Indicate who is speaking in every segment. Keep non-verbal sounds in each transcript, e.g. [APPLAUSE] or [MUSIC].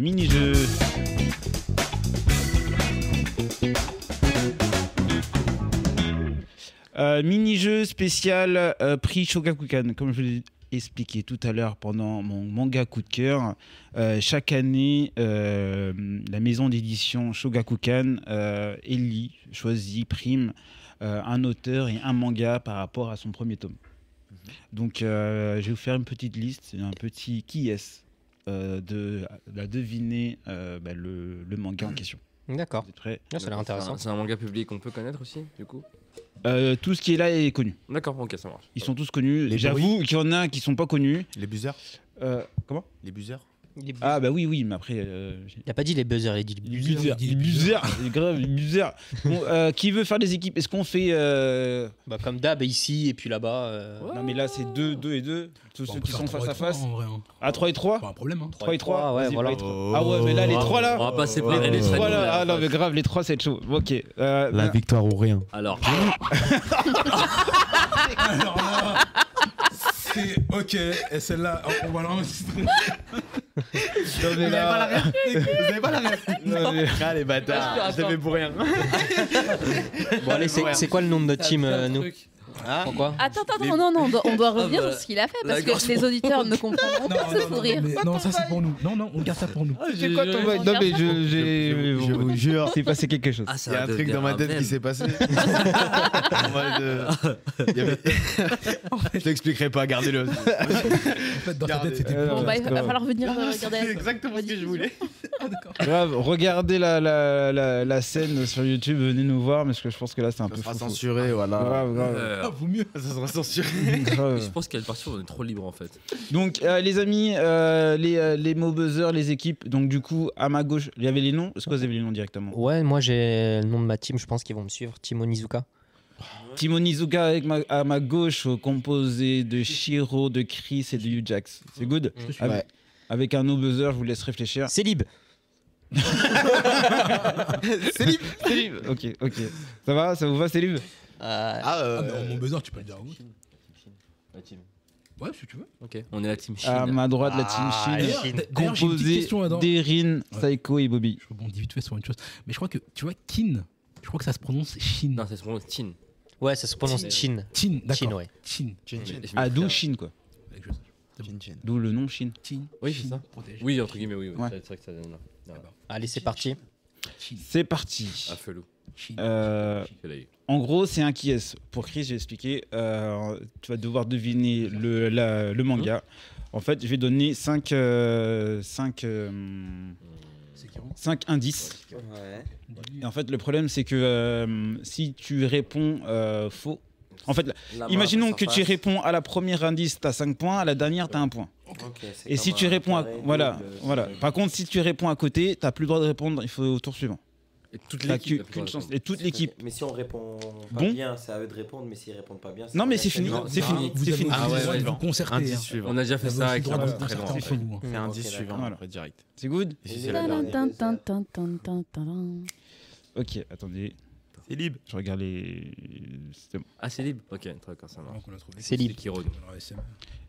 Speaker 1: Mini-jeu. Euh, mini-jeu spécial euh, prix Shogakukan, comme je vous l'ai expliqué tout à l'heure pendant mon manga coup de cœur. Euh, chaque année, euh, la maison d'édition Shogakukan euh, élit, choisit, prime euh, un auteur et un manga par rapport à son premier tome. Donc, euh, je vais vous faire une petite liste, un petit qui est euh, de, à deviner euh, bah, le, le manga en question.
Speaker 2: Ah.
Speaker 3: D'accord.
Speaker 1: Vous êtes prêts
Speaker 3: Non, Ah, ça a l'air
Speaker 4: C'est un-
Speaker 3: intéressant.
Speaker 4: C'est un, manga public qu'on peut connaître aussi, du coup.
Speaker 1: Euh, Tout ce qui est là est connu.
Speaker 4: D'accord, ok, ça marche.
Speaker 1: Ils sont tous connus.
Speaker 2: Les
Speaker 1: J'avoue qu'il y en a qui sont pas connus.
Speaker 2: Les buzzers
Speaker 1: Euh, comment
Speaker 2: Les buzzers
Speaker 3: Il, est-
Speaker 1: Ah bah oui oui mais après euh, j'ai-
Speaker 3: il a pas dit les buzzers, il a dit les
Speaker 1: les
Speaker 3: buzzers.
Speaker 1: buzzers, les buzzers, les grave les buzzers. Bon, euh, qui veut faire des équipes Est-ce qu'on fait euh,
Speaker 3: Bah, comme d'hab, ici et puis là-bas. euh,
Speaker 4: Ouais.
Speaker 1: Non mais là c'est 2 2 et 2, tous
Speaker 5: Bon, on
Speaker 1: ceux
Speaker 5: peut
Speaker 1: qui
Speaker 5: faire
Speaker 1: sont face
Speaker 5: trois
Speaker 1: à
Speaker 5: et trois,
Speaker 1: face.
Speaker 5: en vrai, hein.
Speaker 1: À 3 et 3
Speaker 5: Pas un problème. hein.
Speaker 1: 3 et 3,
Speaker 3: trois, ouais, voilà.
Speaker 1: Ah ouais, mais là, les trois, là
Speaker 4: On va pas
Speaker 1: Les
Speaker 4: séparer les
Speaker 5: Oh.
Speaker 4: traits.
Speaker 1: trois là,
Speaker 4: de-
Speaker 1: ah non mais grave les trois c'est chaud. Ok. Euh,
Speaker 2: La victoire ou rien.
Speaker 4: Alors,
Speaker 5: Alors là, [LAUGHS] c'est ok. Et celle-là, on va l'enregistrer.
Speaker 1: non, mais là-
Speaker 5: [LAUGHS]
Speaker 2: Vous avez pas la ref
Speaker 1: non, mais-
Speaker 2: Ah les
Speaker 4: Ah,
Speaker 2: bâtards,
Speaker 4: je te
Speaker 2: j'avais pour rien.
Speaker 3: Bon, allez, c'est c'est quoi le nom de notre team, euh, nous Pourquoi
Speaker 6: Attends, attends, attends, non, non, on doit, on
Speaker 5: [LAUGHS] Ah
Speaker 6: doit revenir
Speaker 5: bah,
Speaker 6: sur ce qu'il a fait
Speaker 4: la
Speaker 6: parce
Speaker 4: gorge
Speaker 6: que les auditeurs ne comprendront pas ce fou rire.
Speaker 5: mais- non, ça c'est pour nous. Non, non, on garde ça pour nous.
Speaker 1: [LAUGHS] C'est quoi ton bail Non mais je j'ai
Speaker 2: Je vous jure,
Speaker 1: c'est passé quelque chose.
Speaker 4: ah,
Speaker 2: il
Speaker 4: ça
Speaker 2: y a
Speaker 4: va
Speaker 2: un truc
Speaker 4: devenir
Speaker 2: dans ma
Speaker 4: un
Speaker 2: tête
Speaker 4: mème.
Speaker 2: qui s'est [LAUGHS] passé. En mode, euh, il y avait- [LAUGHS] Je t'expliquerai pas, gardez-le.
Speaker 5: En fait, dans ta
Speaker 2: Gardez.
Speaker 5: tête, c'était
Speaker 1: Euh,
Speaker 5: plus
Speaker 6: Bon, bah, il va
Speaker 1: D'accord.
Speaker 6: falloir venir euh, regarder. la-
Speaker 2: exactement
Speaker 6: la diffusion.
Speaker 1: Grave, regardez la, la, la, la scène sur YouTube, venez nous voir parce que je pense que là c'est un
Speaker 2: Ça
Speaker 1: peu
Speaker 2: sera
Speaker 1: fou.
Speaker 2: censuré, voilà.
Speaker 1: Grave,
Speaker 4: [LAUGHS]
Speaker 1: grave.
Speaker 4: Euh,
Speaker 5: Ah, vaut mieux.
Speaker 2: Ça sera censuré.
Speaker 4: [LAUGHS]
Speaker 1: grave.
Speaker 4: Je pense qu'elle partie, on est trop libre en fait.
Speaker 1: Donc euh, les amis, euh, les, euh, les mots buzzers, les équipes. Donc du coup, à ma gauche, il y avait les noms. Est-ce que vous avez les noms directement
Speaker 3: Ouais, moi j'ai le nom de ma team, je pense qu'ils vont me suivre. Timo Nizuka.
Speaker 1: Timon Izuka avec ma- à ma gauche, euh, composé de Shiro, de Chris et de Ujax. C'est good avec, avec un no buzzer, je vous laisse réfléchir.
Speaker 3: Célib.
Speaker 1: Ok, ok. Ça va Ça vous va, Célib
Speaker 3: Euh,
Speaker 2: Ah,
Speaker 5: Ah, mais
Speaker 2: euh,
Speaker 5: en mon buzzer, tu peux le dire.
Speaker 4: La team.
Speaker 5: Ouais, si tu veux.
Speaker 4: Ok, on est la team Chine.
Speaker 1: À ma droite, la
Speaker 3: Ah,
Speaker 1: team Chine.
Speaker 5: D'ailleurs,
Speaker 3: Chine.
Speaker 5: d'ailleurs, j'ai une petite
Speaker 1: Composé
Speaker 5: question, Adam.
Speaker 1: d'Erin, Saiko et Bobby.
Speaker 5: Je rebondis vite fait sur une chose. Mais je crois que, tu vois, Kin, je crois que ça se prononce Shin.
Speaker 4: Non, c'est son nom, c'est Chine.
Speaker 3: Ouais, ça se prononce Chin. Chin,
Speaker 5: Chin, d'accord.
Speaker 3: ouais.
Speaker 5: Chin.
Speaker 2: Chin Chin.
Speaker 1: Ah, d'où Chine, quoi.
Speaker 5: Avec je-
Speaker 2: Chin Chin.
Speaker 1: D'où le nom Chine.
Speaker 5: Chin.
Speaker 4: Oui, c'est
Speaker 5: Chin,
Speaker 4: ça.
Speaker 5: protège.
Speaker 4: Oui, entre guillemets, oui. oui.
Speaker 1: Ouais.
Speaker 4: C'est vrai que ça donne là.
Speaker 3: Allez, c'est parti.
Speaker 5: Chin.
Speaker 1: C'est parti.
Speaker 4: Ah, felou.
Speaker 5: Chin.
Speaker 1: Euh,
Speaker 4: Elle a eu.
Speaker 1: en gros, c'est un qui est. Pour Chris, j'ai expliqué. euh, tu vas devoir deviner le, la- le
Speaker 5: Hein
Speaker 1: manga. En fait, je vais donner 5 cinq, euh,
Speaker 5: C'est qui hein
Speaker 1: cinq indices. Et en fait, le problème, c'est que euh, si tu réponds euh, faux. En fait,
Speaker 4: La main,
Speaker 1: imaginons
Speaker 4: la
Speaker 1: que tu
Speaker 4: surface.
Speaker 1: réponds à la première indice, t'as 5 points, à la dernière, t'as 1 point. Et si tu réponds à. Voilà, voilà. Par contre, si tu réponds à côté, t'as plus le droit de répondre, il faut au tour suivant.
Speaker 4: Et toute
Speaker 1: T'as
Speaker 4: l'équipe.
Speaker 1: qu'une chance. Et toute l'équipe.
Speaker 7: Mais si on répond pas
Speaker 1: Bon.
Speaker 7: bien, c'est à eux de répondre, mais s'ils répondent pas bien,
Speaker 1: Non, mais
Speaker 7: la
Speaker 1: c'est fini,
Speaker 7: chaîne.
Speaker 1: c'est
Speaker 7: Non,
Speaker 1: fini.
Speaker 7: non,
Speaker 5: Vous
Speaker 1: c'est
Speaker 5: avez
Speaker 1: fini.
Speaker 5: aussi
Speaker 4: Ah
Speaker 5: le
Speaker 4: ouais,
Speaker 5: droit de
Speaker 4: ouais.
Speaker 5: vous concerter.
Speaker 2: Indice
Speaker 5: hein.
Speaker 2: suivant.
Speaker 4: On a déjà fait
Speaker 5: Vous
Speaker 4: ça
Speaker 5: avez
Speaker 4: avec
Speaker 5: aussi le
Speaker 4: la
Speaker 5: droit de vous
Speaker 4: bande
Speaker 5: concerter entre
Speaker 4: prévente.
Speaker 5: vous. hein.
Speaker 2: Fais un 10 suivant,
Speaker 1: Voilà.
Speaker 2: après direct.
Speaker 1: C'est good
Speaker 2: Et si c'est la dernière
Speaker 6: Tintintintintintintin.
Speaker 1: Ok, attendez.
Speaker 2: C'est libre.
Speaker 1: Je regarde les. C'est bon.
Speaker 4: Ah, c'est libre Ok, d'accord, ça marche.
Speaker 5: Donc, on a trouvé.
Speaker 3: C'est
Speaker 4: C'est
Speaker 3: libre.
Speaker 4: Kiro, nous.
Speaker 5: Alors, SM.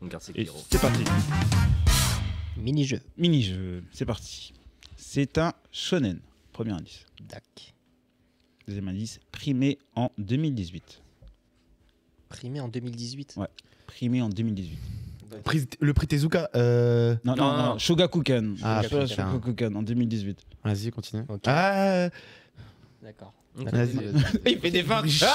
Speaker 4: On garde c'est
Speaker 1: Et
Speaker 4: Kiro.
Speaker 1: c'est parti.
Speaker 3: Mini-jeu.
Speaker 1: Mini-jeu, c'est parti. C'est un shonen. Premier indice.
Speaker 3: Dac.
Speaker 1: Deuxième indice, primé en 2018.
Speaker 3: Primé en 2018.
Speaker 1: Primé en 2018.
Speaker 2: Prise- le prix Tezuka. Euh...
Speaker 1: Non, non, non,
Speaker 4: Non.
Speaker 1: Shogakukan.
Speaker 2: Ah,
Speaker 1: Shogakukan.
Speaker 2: putain.
Speaker 1: Shogakukan en 2018.
Speaker 2: Vas-y, continue.
Speaker 3: Ok.
Speaker 2: Ah,
Speaker 3: D'accord.
Speaker 2: Vas-y.
Speaker 1: Il fait des fins. Ah,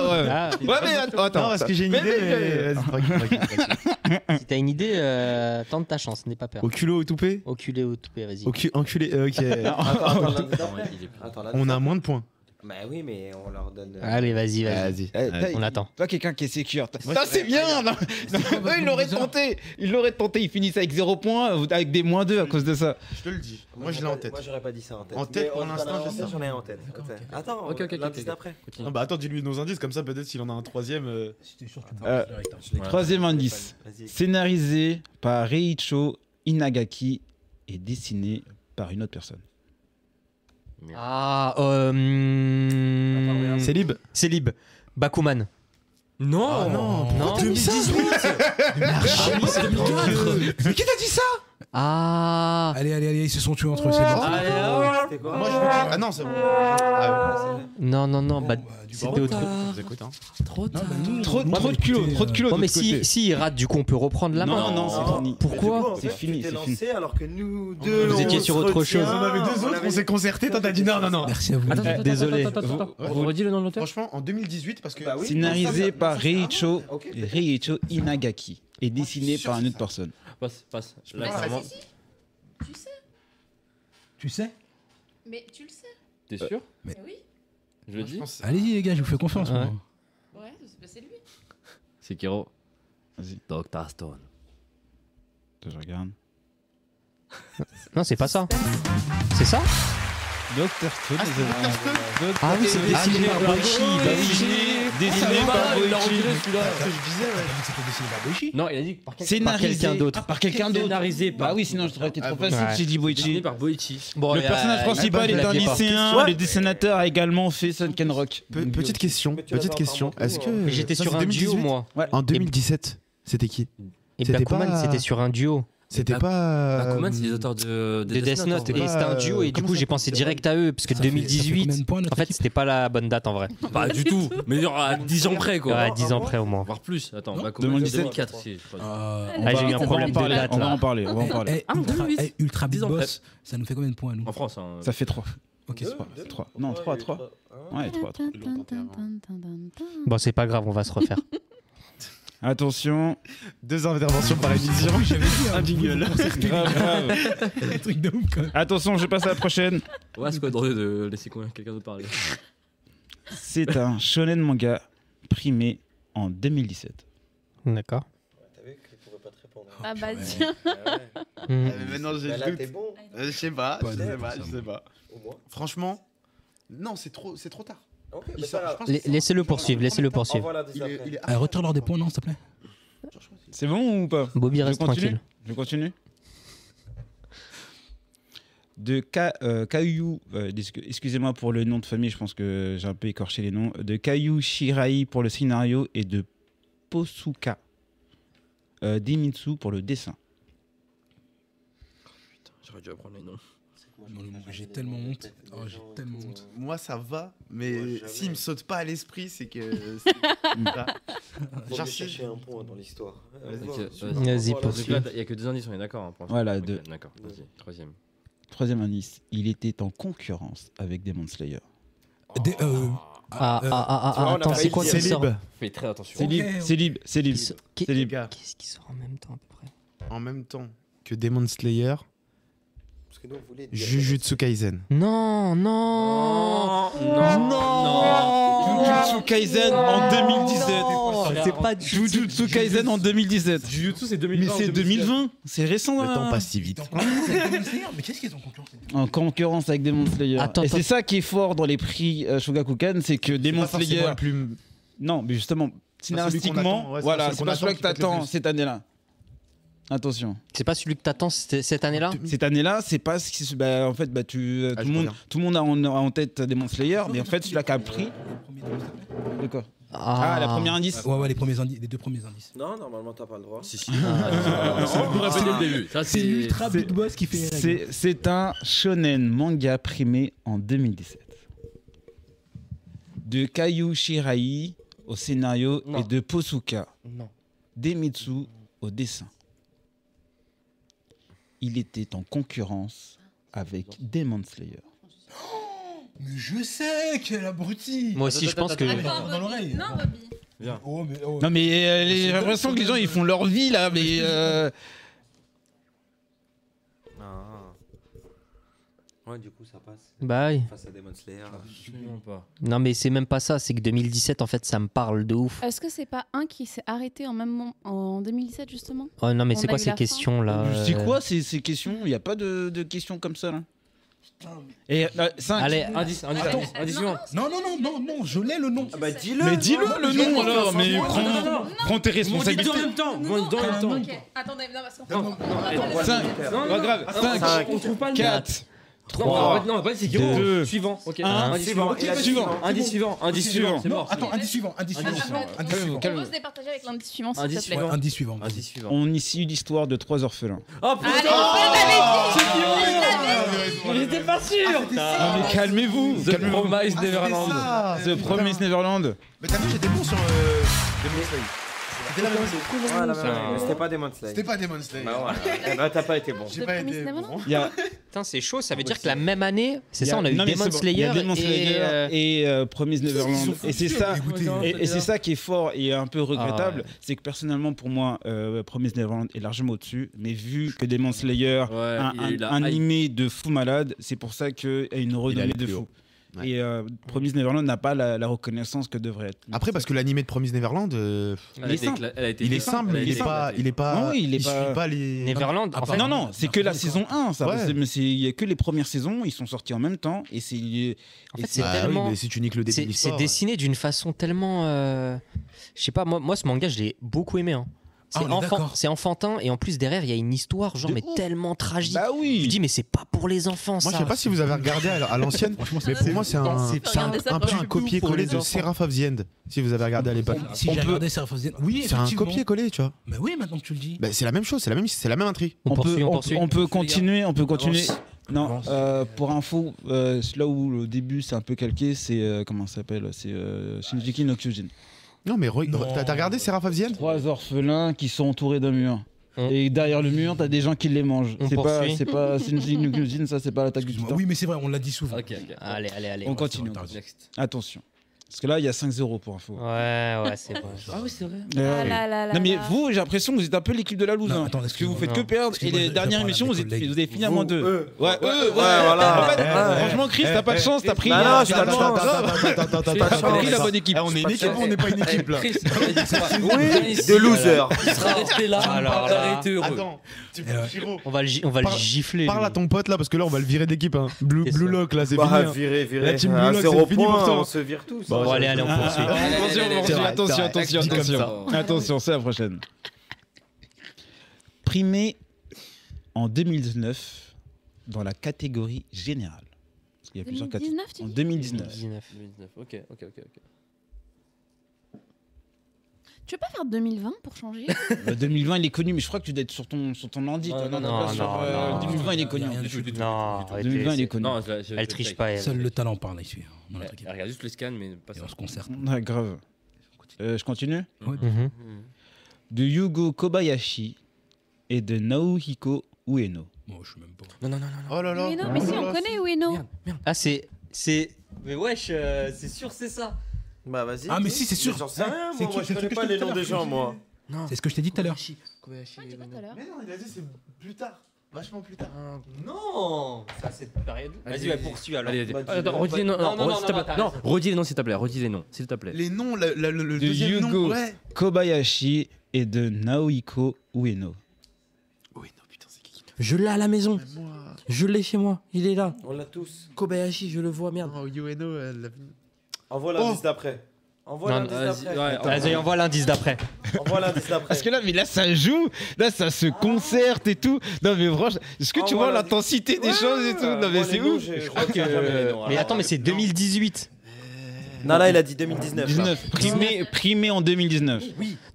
Speaker 3: Ah,
Speaker 1: ouais. Ouais, mais attends.
Speaker 2: non, parce que j'ai une
Speaker 1: Mais-
Speaker 2: idée, mais. Vas-y, tranquille, tranquille, tranquille.
Speaker 3: [LAUGHS] si t'as une idée, euh, tente ta chance, n'aie pas peur.
Speaker 2: [LAUGHS] Au culot, au toupé
Speaker 3: Oculé ou toupé, vas-y.
Speaker 2: Au cul, enculé. [LAUGHS] euh, ok.
Speaker 7: Attends,
Speaker 4: [LAUGHS]
Speaker 7: attends, lundi
Speaker 4: Attends,
Speaker 7: d'après.
Speaker 4: il est plus-
Speaker 7: Attends, lundi
Speaker 2: On a
Speaker 7: d'après.
Speaker 2: moins de points.
Speaker 7: Bah oui, mais on leur donne. euh,
Speaker 3: Allez, vas-y, vas-y.
Speaker 2: Vas-y. Vas-y.
Speaker 1: Eh, t'as-
Speaker 3: On attend.
Speaker 1: Toi, quelqu'un qui est sécure. T'as-
Speaker 5: Moi,
Speaker 1: ça,
Speaker 5: c'est
Speaker 1: c'est bien. non. Non,
Speaker 5: quoi votre
Speaker 1: Eux, ils l'auraient
Speaker 5: loser
Speaker 1: tenté. Ils l'auraient tenté. Ils finissent avec 0 points, euh, avec des moins 2 à cause de ça.
Speaker 2: Je te le dis.
Speaker 7: j'aurais pas- Moi, j'aurais pas dit ça en tête.
Speaker 2: En tête,
Speaker 7: Mais
Speaker 2: pour
Speaker 7: on-
Speaker 2: l'instant,
Speaker 7: dans la
Speaker 2: c'est ça.
Speaker 7: J'en ai un en tête.
Speaker 5: D'accord, ok.
Speaker 7: Attends,
Speaker 4: Ok, ok, ok,
Speaker 7: lundi
Speaker 4: ok.
Speaker 7: d'après.
Speaker 4: Continue.
Speaker 2: Non, bah attends, dis-lui nos indices, comme ça peut-être s'il en a un troisième. euh,
Speaker 5: J'étais sûr que tu me
Speaker 1: Euh,
Speaker 5: parlais direct, hein.
Speaker 4: Ouais.
Speaker 1: Troisième indice.
Speaker 7: Vas-y.
Speaker 1: Scénarisé par Reicho Inagaki et dessiné par une autre personne.
Speaker 3: Ah, euh,
Speaker 2: C'est libre.
Speaker 4: Mm.
Speaker 3: c'est libre. Bakuman.
Speaker 4: Ah Non,
Speaker 5: non,
Speaker 1: Oh,
Speaker 3: Non,
Speaker 5: 2018 Mais qui t'a dit ça
Speaker 3: [LAUGHS] Ah
Speaker 5: Allez, allez, allez, ils se sont tués entre eux, c'est bon.
Speaker 4: Allez, hop.
Speaker 7: Ah, C'était quoi
Speaker 2: Moi, je veux que- Ah non, c'est bon. Ah,
Speaker 3: Non, non, non,
Speaker 5: Bon,
Speaker 3: bah.
Speaker 5: bah, du
Speaker 3: C'était
Speaker 5: bordel.
Speaker 3: au truc.
Speaker 2: ouais. Je vous écoute, hein.
Speaker 3: Trop
Speaker 5: Non, bah, nous,
Speaker 1: Trop,
Speaker 5: nous, on
Speaker 1: trop
Speaker 5: a
Speaker 1: de
Speaker 5: écouté,
Speaker 1: culot,
Speaker 5: euh,
Speaker 1: trop de culot.
Speaker 3: Bon,
Speaker 1: de
Speaker 3: Oh, mais
Speaker 1: notre
Speaker 3: si,
Speaker 1: côté.
Speaker 3: si il rate, du coup, on peut reprendre la
Speaker 1: Non,
Speaker 3: main.
Speaker 1: non, non, c'est fini.
Speaker 3: Pourquoi
Speaker 7: Mais du coup, Oh, en
Speaker 1: C'est
Speaker 7: fait,
Speaker 1: fini,
Speaker 7: tu t'es
Speaker 1: c'est
Speaker 7: lancé alors que nous deux.
Speaker 3: Vous
Speaker 7: on
Speaker 3: étiez
Speaker 7: se
Speaker 3: sur autre
Speaker 7: retient.
Speaker 3: chose.
Speaker 2: On avait deux autres,
Speaker 7: avait-
Speaker 2: on s'est concertés, toi t'as dit non, non, non.
Speaker 5: Merci à vous.
Speaker 3: Attends, attends, Désolé. attends, attends,
Speaker 2: attends.
Speaker 4: Ah, Vous redit le nom de l'auteur
Speaker 2: Franchement, en 2018, parce que.
Speaker 7: Bah oui.
Speaker 1: Scénarisé
Speaker 7: mais ça,
Speaker 1: par
Speaker 7: ça, ça, ça,
Speaker 1: Reiicho,
Speaker 7: ok, peut-être.
Speaker 1: Reiicho Inagaki et dessiné
Speaker 2: sûr,
Speaker 1: par une
Speaker 2: c'est
Speaker 1: autre
Speaker 2: ça.
Speaker 1: personne.
Speaker 4: Passe, passe. Là,
Speaker 6: Ah,
Speaker 4: clairement.
Speaker 6: si, si, Tu sais,
Speaker 5: Tu sais
Speaker 6: mais tu le sais.
Speaker 4: T'es sûr
Speaker 5: mais-
Speaker 6: Oui,
Speaker 4: Je le
Speaker 2: Je
Speaker 4: dis
Speaker 2: pense que-
Speaker 5: Allez-y, les gars, je vous fais confiance.
Speaker 3: Ouais.
Speaker 5: moi.
Speaker 6: ouais, c'est- bah, c'est lui.
Speaker 4: C'est Kiro.
Speaker 1: Vas-y.
Speaker 4: Dr. Stone.
Speaker 1: Attends, Je regarde.
Speaker 3: Non, c'est pas ça. C'est ça
Speaker 1: Docteur Stone.
Speaker 3: Ah oui, c'est dessiné par Boichi. Bah oui. Ah,
Speaker 4: Dessiné par
Speaker 2: C'est ce que je disais, ouais.
Speaker 5: C'était dessiné par Boichi.
Speaker 4: Non, il a dit par quelqu'un
Speaker 3: Par quelqu'un d'autre.
Speaker 1: Ah, par quelqu'un d'autre.
Speaker 4: Scénarisé
Speaker 1: Bah
Speaker 4: par.
Speaker 1: oui, sinon je t'aurais été trop
Speaker 2: bah,
Speaker 1: facile
Speaker 3: ouais.
Speaker 1: si j'ai dit Boichi.
Speaker 4: Dessiné par Boichi.
Speaker 3: Bon,
Speaker 1: Ah, Le
Speaker 3: il y a-
Speaker 1: personnage principal
Speaker 3: il y
Speaker 1: est
Speaker 3: a
Speaker 1: un
Speaker 3: pas.
Speaker 1: lycéen.
Speaker 7: Ouais.
Speaker 1: Le dessinateur a également fait Sunken Rock. euh,
Speaker 2: Pe- Petite question,
Speaker 7: Mais tu l'as
Speaker 2: petite
Speaker 7: pas
Speaker 2: question.
Speaker 7: encore
Speaker 2: Est-ce
Speaker 7: beaucoup,
Speaker 2: que.
Speaker 3: Mais J'étais
Speaker 2: Ça,
Speaker 3: sur
Speaker 2: c'est
Speaker 3: un duo,
Speaker 2: 2018?
Speaker 3: moi.
Speaker 2: En 2017, c'était qui
Speaker 3: Et
Speaker 2: C'était
Speaker 3: Bakuman,
Speaker 2: pas-
Speaker 3: c'était sur un duo.
Speaker 2: C'était
Speaker 4: Bak-
Speaker 2: pas.
Speaker 4: Bakuman,
Speaker 2: euh,
Speaker 4: Bah, c'est les auteurs de
Speaker 3: De Death Note.
Speaker 2: ouais.
Speaker 3: Et c'était un
Speaker 2: Bah,
Speaker 3: duo. Et du
Speaker 2: comment
Speaker 3: coup,
Speaker 2: ça
Speaker 3: j'ai pensé direct à eux. Parce que
Speaker 5: Ça fait- ça fait combien de
Speaker 3: 2018,
Speaker 5: points, notre
Speaker 3: en fait,
Speaker 5: équipe
Speaker 3: c'était pas la bonne date en vrai.
Speaker 4: hein Pas du tout. Mais genre à 10 ans près, quoi.
Speaker 3: Ouais, 10 ans près au moins.
Speaker 4: Voire plus. Attends, bah,
Speaker 1: Non,
Speaker 4: Bakuman,
Speaker 1: 2017.
Speaker 4: 2004. si, je crois.
Speaker 5: Euh,
Speaker 3: Ah, j'ai eu un problème de
Speaker 1: parler,
Speaker 3: date.
Speaker 1: on va
Speaker 3: là.
Speaker 1: en parler. [LAUGHS] On va en parler.
Speaker 5: eh,
Speaker 4: Ah,
Speaker 5: ultra,
Speaker 4: 2008.
Speaker 5: eh, ultra Big
Speaker 4: Dix ans
Speaker 5: Boss, ça nous fait combien de points, nous
Speaker 4: En France, hein.
Speaker 1: Ça fait 3.
Speaker 5: Ok,
Speaker 7: Deux,
Speaker 5: c'est pas.
Speaker 7: deux,
Speaker 1: trois. Non, trois, trois.
Speaker 7: trois.
Speaker 1: Ouais, 3.
Speaker 3: Bon, c'est pas grave, on va se
Speaker 5: [LAUGHS]
Speaker 3: refaire.
Speaker 1: Attention.
Speaker 2: Deux interventions par émission.
Speaker 1: [LAUGHS] Un jingle. Grave, grave.
Speaker 5: Un truc de ouf, quoi.
Speaker 1: [LAUGHS] Attention, je passe à la prochaine.
Speaker 4: Ouais, c'est quoi drôle de laisser quelqu'un d'autre parler
Speaker 1: C'est un shonen manga primé en 2017.
Speaker 3: D'accord.
Speaker 7: T'as vu qu'il pouvait pas te répondre.
Speaker 6: Ah bah tiens.
Speaker 7: Ah ouais.
Speaker 3: Hmm.
Speaker 2: Euh, Maintenant, j'ai
Speaker 7: Bah là,
Speaker 2: le
Speaker 7: t'es
Speaker 2: doute.
Speaker 7: bon,
Speaker 2: Euh, Je sais pas,
Speaker 5: Pas
Speaker 2: je
Speaker 5: de
Speaker 2: sais
Speaker 5: doute,
Speaker 2: pas,
Speaker 5: ça,
Speaker 2: je
Speaker 5: moi.
Speaker 2: sais pas.
Speaker 7: au moins.
Speaker 2: Franchement, non, c'est trop, c'est trop tard.
Speaker 7: Ok,
Speaker 2: Il
Speaker 7: bah,
Speaker 2: sort,
Speaker 7: ça va.
Speaker 2: je pense
Speaker 3: La-
Speaker 2: qu'il sort.
Speaker 3: Laissez-le poursuivre, laissez-le poursuivre.
Speaker 7: Envoie la dès
Speaker 2: Il est-
Speaker 7: après.
Speaker 2: il est-
Speaker 5: Eh, Retire-leur des points, non, s'il te plaît.
Speaker 1: C'est bon ou pas
Speaker 3: Bobby
Speaker 1: Je
Speaker 3: reste
Speaker 1: continue
Speaker 3: tranquille.
Speaker 1: Je continue [LAUGHS] De Ka, euh, Kayu, euh, discu- excusez-moi pour le nom de famille, je pense que j'ai un peu écorché les noms. De Kayu Shirai pour le scénario et de Posuka euh, Dimitsu pour le dessin.
Speaker 4: J'aurais dû apprendre les noms.
Speaker 7: Moi,
Speaker 5: Non,
Speaker 7: je
Speaker 5: non,
Speaker 7: préfère
Speaker 5: J'ai
Speaker 7: des
Speaker 5: tellement
Speaker 7: noms de
Speaker 5: honte.
Speaker 7: tête,
Speaker 5: Oh,
Speaker 7: des
Speaker 5: j'ai
Speaker 7: gens
Speaker 5: tellement
Speaker 7: qui-
Speaker 5: honte.
Speaker 2: Moi, ça va,
Speaker 7: Moi,
Speaker 2: mais
Speaker 7: jamais.
Speaker 2: s'il me saute pas à l'esprit, c'est que. c'est pas-
Speaker 7: Faut
Speaker 2: Genre,
Speaker 7: me
Speaker 2: si-
Speaker 7: chercher un point dans l'histoire. Euh,
Speaker 2: Vas-y,
Speaker 7: bon,
Speaker 4: ok,
Speaker 7: je-
Speaker 4: vas-y.
Speaker 7: on va
Speaker 3: Vas-y,
Speaker 7: voir la-
Speaker 3: poursuis.
Speaker 4: Donc là, il y a que deux indices, on est d'accord. hein, pour l'instant.
Speaker 1: Voilà,
Speaker 4: Ok,
Speaker 1: deux.
Speaker 4: D'accord, vas-y, troisième.
Speaker 1: Troisième indice, il était en concurrence avec Demon Slayer.
Speaker 5: Des- euh,
Speaker 3: Ah, ah, ah, ah, ah,
Speaker 7: on a
Speaker 3: attends, c'est
Speaker 7: failli
Speaker 3: quoi
Speaker 7: dire.
Speaker 3: qui
Speaker 2: C'est
Speaker 3: sort
Speaker 2: libre.
Speaker 4: Fais très attention.
Speaker 1: C'est
Speaker 5: Ok,
Speaker 1: libre,
Speaker 5: ok.
Speaker 1: c'est libre, c'est libre.
Speaker 3: Qui sort- qui-
Speaker 1: C'est libre.
Speaker 2: gars.
Speaker 3: Qu'est-ce qui sort en même temps à peu près
Speaker 2: En même temps que Demon Slayer,
Speaker 7: Parce que nous, on voulait dire-
Speaker 2: Jujutsu Kaisen.
Speaker 3: Non, non
Speaker 4: non,
Speaker 1: Jujutsu Kaisen en 2017.
Speaker 3: Non, C'est pas du
Speaker 1: Jujutsu Kaisen en 2017.
Speaker 4: Jujutsu, c'est
Speaker 1: Mais c'est 2020, c'est récent.
Speaker 2: Le
Speaker 1: hein.
Speaker 2: temps passe si vite.
Speaker 5: T'en parles, c'est Demon Slayer Mais qu'est-ce qu'ils ont conclu
Speaker 1: En concurrence avec Demon Slayer.
Speaker 3: Attends,
Speaker 1: et
Speaker 3: attends.
Speaker 1: c'est ça qui est fort dans les prix euh, Shogakukan, c'est que Demon
Speaker 2: C'est pas forcément
Speaker 1: Slayer.
Speaker 2: le plus-
Speaker 1: Non, mais justement,
Speaker 2: qu'on attend,
Speaker 1: scénaristiquement,
Speaker 2: ouais, c'est pas
Speaker 1: voilà,
Speaker 2: celui
Speaker 1: c'est
Speaker 2: qu'on
Speaker 1: pas
Speaker 2: attend
Speaker 1: celui
Speaker 2: qui
Speaker 1: que
Speaker 2: coûte le
Speaker 1: t'attends
Speaker 2: plus.
Speaker 1: cette année-là. Attention.
Speaker 3: C'est pas celui que t'attends cette cette année-là
Speaker 1: Cette année-là, c'est pas ce qui. se- Bah, en fait, bah, tu, euh,
Speaker 2: Mm. Ah,
Speaker 1: tout,
Speaker 2: je
Speaker 1: le monde,
Speaker 2: reviens.
Speaker 1: tout le monde a en, a en tête Demon Slayer, mais en fait, celui-là qui a pris. De quoi Ah, la
Speaker 3: [LAUGHS]
Speaker 1: première indice
Speaker 5: Ouais, ouais, les premiers indices, les deux premiers indices.
Speaker 7: Non, normalement, t'as pas le droit.
Speaker 4: Si, si. On
Speaker 1: Ah,
Speaker 4: peut répéter le début. Ça,
Speaker 5: C'est l'ultra Big Boss qui fait les règles.
Speaker 1: C'est c'est un shonen manga primé en 2017. De Kayu Shirai au scénario
Speaker 3: Non.
Speaker 1: et de Posuka
Speaker 3: Non.
Speaker 1: Demitsu au dessin. Il était en concurrence avec Demon Slayer.
Speaker 5: Mais je sais, quel abruti
Speaker 3: Moi aussi, je pense que.
Speaker 5: Attends, Dans l'oreille.
Speaker 6: Non, Bobby.
Speaker 5: Oh, mais, oh.
Speaker 1: Non mais euh, les-
Speaker 5: Mais c'est
Speaker 1: j'ai l'impression que les gens ils font leur vie là, mais euh,
Speaker 7: Ah. Ouais, du coup, ça passe.
Speaker 3: Bye.
Speaker 7: Face à Demon Slayer.
Speaker 4: Absolument pas.
Speaker 3: Bah Non, mais c'est même pas ça, c'est que 2017, en fait, ça me parle de ouf.
Speaker 6: Est-ce que c'est pas un qui s'est arrêté en même moment en 2017 justement
Speaker 3: Oh non, mais
Speaker 6: On
Speaker 3: c'est
Speaker 6: a
Speaker 3: quoi
Speaker 6: eu
Speaker 3: ces
Speaker 6: la fin.
Speaker 3: questions-là
Speaker 1: c'est
Speaker 3: euh,
Speaker 1: quoi ces, ces questions Il n'y a pas de, de questions comme ça là. Et euh, cinq.
Speaker 3: Allez,
Speaker 4: Indice, indice,
Speaker 5: Attends.
Speaker 4: indice, indice suivant.
Speaker 5: Non, non, non, non, non, je l'ai le nom.
Speaker 7: Ah bah, dis-le
Speaker 1: Mais dis-le
Speaker 5: non,
Speaker 1: le nom
Speaker 5: non, non,
Speaker 1: alors,
Speaker 5: non,
Speaker 1: mais
Speaker 5: non,
Speaker 1: prends,
Speaker 5: non, non,
Speaker 1: prends tes
Speaker 4: On dit deux en
Speaker 1: responsabilités.
Speaker 4: même temps. On dit deux en même temps.
Speaker 6: Ah, Attendez, non, parce qu'on
Speaker 4: Non, non,
Speaker 7: Droit
Speaker 1: Cinq.
Speaker 7: militaire.
Speaker 4: non,
Speaker 1: Pas grave.
Speaker 7: Cinq.
Speaker 1: 5,
Speaker 4: On trouve pas le
Speaker 1: 4,
Speaker 4: Non, mais en
Speaker 3: Trois.
Speaker 4: fait, non, vas-y, Guillaume.
Speaker 1: Deux.
Speaker 4: Suivant. Ok.
Speaker 1: Un.
Speaker 4: Indice suivant.
Speaker 5: Suivant.
Speaker 1: Suivant.
Speaker 4: Indice suivant. Indice
Speaker 5: Ok,
Speaker 4: suivant.
Speaker 1: bon.
Speaker 4: C'est
Speaker 5: Non,
Speaker 4: mort.
Speaker 5: attends, indice suivant, indice
Speaker 4: Indice
Speaker 5: suivant.
Speaker 4: suivant.
Speaker 5: Indice suivant.
Speaker 6: On peut se départager avec l'indice suivant, s'il
Speaker 4: Indice
Speaker 6: te plaît.
Speaker 5: Ouais, indice suivant.
Speaker 4: Indice suivant.
Speaker 1: On issue l'histoire de trois orphelins.
Speaker 4: Oh
Speaker 6: Allez,
Speaker 4: putain
Speaker 5: Ah,
Speaker 7: On était pas sûr
Speaker 1: Non mais calmez-vous
Speaker 4: The Promise Neverland.
Speaker 5: Ah,
Speaker 1: The Promise Neverland
Speaker 5: Mais t'as vu, j'étais bon sur. euh, Demon Slayer. C'était la même chose.
Speaker 7: Ouais, non, mais ouais, C'était pas Demon Slayer.
Speaker 5: C'était pas Demon Slayer.
Speaker 7: Bah voilà. Eh ben, t'as pas été bon.
Speaker 5: J'ai
Speaker 6: The
Speaker 5: pas
Speaker 6: Promised
Speaker 5: été.
Speaker 6: Neverland
Speaker 5: bon.
Speaker 1: Il y a-
Speaker 3: Putain, c'est chaud, ça veut dire que la même année, c'est
Speaker 1: il y a-
Speaker 3: ça, on a eu
Speaker 1: non, mais c'est
Speaker 3: Demon
Speaker 1: bon. Il y
Speaker 3: Slayer
Speaker 1: a Demon
Speaker 3: et.
Speaker 1: Slayer
Speaker 3: euh,
Speaker 1: et euh, Promise Neverland. Et c'est ça.
Speaker 5: Écoutez,
Speaker 4: Attends.
Speaker 1: Et,
Speaker 4: c'est
Speaker 1: et c'est
Speaker 4: bien.
Speaker 1: ça qui est fort et un peu regrettable,
Speaker 3: Ah
Speaker 1: c'est que personnellement pour moi, euh, Promise Neverland est largement au-dessus, mais vu que Demon Slayer,
Speaker 4: Ouais,
Speaker 1: un,
Speaker 4: il a eu
Speaker 1: un-
Speaker 4: la
Speaker 1: un
Speaker 4: hype.
Speaker 1: animé de fou malade, c'est pour ça qu'il a une renommée de fou.
Speaker 2: Ouais.
Speaker 1: Et euh, Promise Neverland n'a pas la, la reconnaissance que devrait être.
Speaker 8: Après, parce que l'animé de Promise Neverland, euh,
Speaker 4: Elle a été
Speaker 1: simple.
Speaker 4: écla- elle a été
Speaker 8: il est
Speaker 4: éclatée.
Speaker 8: simple,
Speaker 4: Elle a
Speaker 8: il est
Speaker 4: été
Speaker 8: pas,
Speaker 4: éclatée.
Speaker 8: il est pas,
Speaker 1: Non, oui, il est
Speaker 8: suit
Speaker 1: pas-
Speaker 8: pas les.
Speaker 3: Neverland, en fait.
Speaker 1: non, non, c'est que la
Speaker 5: D'accord.
Speaker 1: saison 1, ça.
Speaker 8: Ouais.
Speaker 1: c'est- mais c'est- il n'y a que les premières saisons, ils sont sortis en même temps. Et c'est. et
Speaker 3: En fait,
Speaker 1: c'est-
Speaker 3: c'est
Speaker 8: Bah oui,
Speaker 3: tellement.
Speaker 8: mais si tu niques le début
Speaker 3: C'est
Speaker 8: de
Speaker 3: c'est
Speaker 8: l'histoire,
Speaker 3: dessiné d'une façon tellement. euh, Je sais pas, moi, moi ce manga, je l'ai beaucoup aimé. hein.
Speaker 5: Ah,
Speaker 3: C'est
Speaker 5: on est
Speaker 3: enfant-
Speaker 5: d'accord.
Speaker 3: c'est enfantin et en plus derrière il y a une histoire genre
Speaker 1: De
Speaker 3: mais
Speaker 1: ouf.
Speaker 3: tellement tragique.
Speaker 1: Bah
Speaker 3: Je
Speaker 1: oui!
Speaker 3: dis mais c'est pas pour les enfants
Speaker 8: Moi,
Speaker 3: ça.
Speaker 8: je sais pas si vous avez regardé à, à l'ancienne, mais pour moi, c'est un,
Speaker 6: c'est
Speaker 8: c'est un,
Speaker 6: regarder ça
Speaker 8: un
Speaker 6: pour
Speaker 8: peu un
Speaker 6: les
Speaker 8: copier-coller de
Speaker 3: enfants.
Speaker 8: Seraph of the End, si vous avez regardé à l'époque.
Speaker 5: Si
Speaker 1: On
Speaker 5: j'ai
Speaker 1: peut-
Speaker 5: regardé Seraph of the End- Oui,
Speaker 8: C'est un
Speaker 5: effectivement.
Speaker 8: copier-coller, tu vois.
Speaker 5: Mais oui, maintenant que tu le dis.
Speaker 8: Bah, c'est la même chose, c'est la même, c'est la même intrigue.
Speaker 3: On, poursuit, on, poursuit.
Speaker 1: on peut continuer, on peut continuer.
Speaker 4: Avance.
Speaker 1: Non,
Speaker 5: Avance.
Speaker 1: euh, pour info, euh, là où le début c'est un peu calqué, c'est euh, comment ça s'appelle C'est euh, Shinji no Kyojin.
Speaker 8: Non, mais re-
Speaker 5: Non.
Speaker 8: t'as t'as regardé Seraph of the End
Speaker 1: Trois orphelins qui sont entourés d'un mur.
Speaker 3: On-
Speaker 1: Et derrière le mur, t'as des gens qui les mangent.
Speaker 3: Hein On
Speaker 1: C'est pas,
Speaker 3: poursuit.
Speaker 1: c'est
Speaker 3: [LAUGHS]
Speaker 1: pas Shinji no Kyojin, ça c'est pas l'attaque du
Speaker 5: Excuse-moi.
Speaker 1: titan.
Speaker 5: Oui, mais c'est vrai, on l'a dit souvent.
Speaker 4: Ok, ok.
Speaker 3: Allez allez allez.
Speaker 1: On continue.
Speaker 5: T'as raison.
Speaker 4: Next. [LAUGHS]
Speaker 1: Attention, parce que là il y a 5-0 pour info.
Speaker 3: Ouais ouais c'est bon.
Speaker 7: Ah oui, c'est vrai.
Speaker 1: Euh,
Speaker 6: Ah là là là
Speaker 1: Non mais
Speaker 6: là.
Speaker 1: vous, j'ai l'impression que vous êtes un peu l'équipe de la loose.
Speaker 5: Non,
Speaker 1: hein.
Speaker 5: attends,
Speaker 1: Parce que vous
Speaker 5: excuse-moi.
Speaker 1: faites que
Speaker 3: Non.
Speaker 1: perdre et
Speaker 5: Excuse-moi,
Speaker 1: les
Speaker 5: je- je
Speaker 1: dernières
Speaker 5: parle à
Speaker 1: émissions,
Speaker 5: mes
Speaker 1: vous, êtes-
Speaker 5: collègues.
Speaker 1: vous avez fini à
Speaker 7: Vous,
Speaker 1: moins 2.
Speaker 7: eux.
Speaker 1: Ouais, eux, ouais.
Speaker 7: voilà.
Speaker 1: En fait,
Speaker 7: Ouais.
Speaker 1: franchement, Chris, t'as pas de chance, t'as pris,
Speaker 7: Bah non, je suis
Speaker 1: t'as
Speaker 7: la chance.
Speaker 1: [LAUGHS]
Speaker 4: T'as
Speaker 1: pris la bonne
Speaker 5: Ah,
Speaker 1: équipe.
Speaker 8: On est une
Speaker 7: équipe,
Speaker 8: équipe, on n'est pas une équipe là.
Speaker 4: Chris, t'aurais dit ça.
Speaker 7: Oui,
Speaker 4: Ici,
Speaker 7: de loser.
Speaker 4: Il sera resté là,
Speaker 5: Ah,
Speaker 3: Alors
Speaker 4: t'aurais
Speaker 3: là.
Speaker 4: été heureux.
Speaker 8: tu
Speaker 5: Eh ouais.
Speaker 3: On va le gi- on va le
Speaker 8: Parle-
Speaker 3: gifler.
Speaker 8: Parle
Speaker 3: lui.
Speaker 8: à ton pote là parce que là on va le virer d'équipe. Hein. Blue,
Speaker 3: C'est
Speaker 8: Blue
Speaker 3: ça.
Speaker 8: Lock là, c'est
Speaker 7: Bah,
Speaker 8: fini. hein.
Speaker 7: viré, viré.
Speaker 8: La team
Speaker 7: Un
Speaker 8: Blue Lock,
Speaker 7: zéro
Speaker 8: c'est fini
Speaker 7: point,
Speaker 8: pour toi.
Speaker 7: on se vire tous.
Speaker 8: Bon,
Speaker 7: hein.
Speaker 3: Bon allez allez on poursuit.
Speaker 1: Attention, attention, attention, attention,
Speaker 8: Dit comme
Speaker 1: attention.
Speaker 4: ça.
Speaker 1: Attention, c'est la prochaine. Primé en 2009 dans la catégorie générale. Parce qu'il y a plusieurs catégories.
Speaker 6: 2019, tu
Speaker 1: En
Speaker 6: dis
Speaker 1: 2019.
Speaker 4: 2019. Ok, ok, ok. ok.
Speaker 6: Tu veux pas faire 2020 pour changer
Speaker 1: Euh, 2020, il est connu, mais je crois que tu dois être sur ton, sur ton ordi.
Speaker 4: Non,
Speaker 1: toi,
Speaker 4: non,
Speaker 1: t'es
Speaker 3: non,
Speaker 1: pas sur,
Speaker 3: non,
Speaker 1: euh,
Speaker 3: non.
Speaker 1: 2020, il est connu.
Speaker 5: Rien du tout, du tout.
Speaker 3: Non, arrêtez,
Speaker 1: 2020, il est
Speaker 3: c'est-
Speaker 1: connu.
Speaker 4: Non, je la- je-
Speaker 3: Elle
Speaker 4: je-
Speaker 3: triche pas elle.
Speaker 5: Seul le talent parle hein, ici. On
Speaker 4: Elle
Speaker 5: a un
Speaker 4: elle
Speaker 5: truc.
Speaker 4: regarde juste le scan, mais pas
Speaker 5: Et
Speaker 4: ça.
Speaker 5: on se concerte.
Speaker 1: Ouais, Ah, grave. Euh, je continue
Speaker 3: Mhm.
Speaker 1: De Yugo Kobayashi et de Naohiko Ueno.
Speaker 5: Moi, je suis même pas.
Speaker 4: Non, non, non, non.
Speaker 8: Oh là là.
Speaker 6: Ueno Mais si, on connaît Ueno.
Speaker 3: Ah c'est c'est mais wesh euh, c'est sûr c'est ça.
Speaker 7: Bah, vas-y.
Speaker 5: Ah, mais si, c'est sûr.
Speaker 7: J'en sais rien,
Speaker 5: C'est
Speaker 7: moi.
Speaker 5: que-
Speaker 7: Moi,
Speaker 5: c'est
Speaker 7: je
Speaker 5: ce
Speaker 7: connais
Speaker 5: que
Speaker 7: pas
Speaker 5: je
Speaker 7: les
Speaker 5: te
Speaker 7: noms des
Speaker 5: dis.
Speaker 7: gens, moi.
Speaker 5: C'est ce que je t'ai dit tout à l'heure.
Speaker 7: Kobayashi,
Speaker 6: Ouais, Ah, tu vois, tout à l'heure.
Speaker 7: Mais non, il a dit c'est plus tard. Vachement plus tard.
Speaker 3: Non. Ça cette période. Vas-y
Speaker 7: Allez,
Speaker 3: ouais poursuis alors.
Speaker 4: Allez, allez.
Speaker 7: Bah, tu-
Speaker 4: Attends, redis les noms.
Speaker 3: Non, non,
Speaker 4: Non,
Speaker 3: non,
Speaker 4: s'il te
Speaker 3: non,
Speaker 4: plaît.
Speaker 3: non,
Speaker 4: non, redis les noms, s'il te plaît. Redis les noms, s'il te plaît.
Speaker 8: Les noms, la- la- le, le
Speaker 1: De
Speaker 8: deuxième nom.
Speaker 1: Hugo.
Speaker 8: Ouais.
Speaker 1: Kobayashi et de Naohiko Ueno.
Speaker 9: Je l'ai à la maison. Je l'ai chez moi. Il est là.
Speaker 7: On l'a tous.
Speaker 9: Kobayashi, je le vois, merde.
Speaker 8: Oh, Ueno, elle l'a vu.
Speaker 7: Envoie
Speaker 8: Oh.
Speaker 7: l'indice d'après. Envoie
Speaker 3: Non,
Speaker 7: l'indice
Speaker 4: vas-y, ouais,
Speaker 7: d'après.
Speaker 3: Vas-y envoie l'indice d'après.
Speaker 7: Envoie l'indice d'après.
Speaker 1: Parce que là, mais là, ça joue, là, ça se concerte et tout. Non, mais franchement, est-ce que
Speaker 7: Ah,
Speaker 1: tu vois
Speaker 7: voilà,
Speaker 1: l'intensité des choses et tout
Speaker 7: Euh,
Speaker 1: Non, mais
Speaker 7: moi,
Speaker 1: c'est
Speaker 7: les noms,
Speaker 1: ouf.
Speaker 7: j'ai- Je crois que.
Speaker 3: Mais attends mais c'est 2018.
Speaker 7: Non, là, il a dit 2019. là.
Speaker 1: 19, primé, primé en 2019.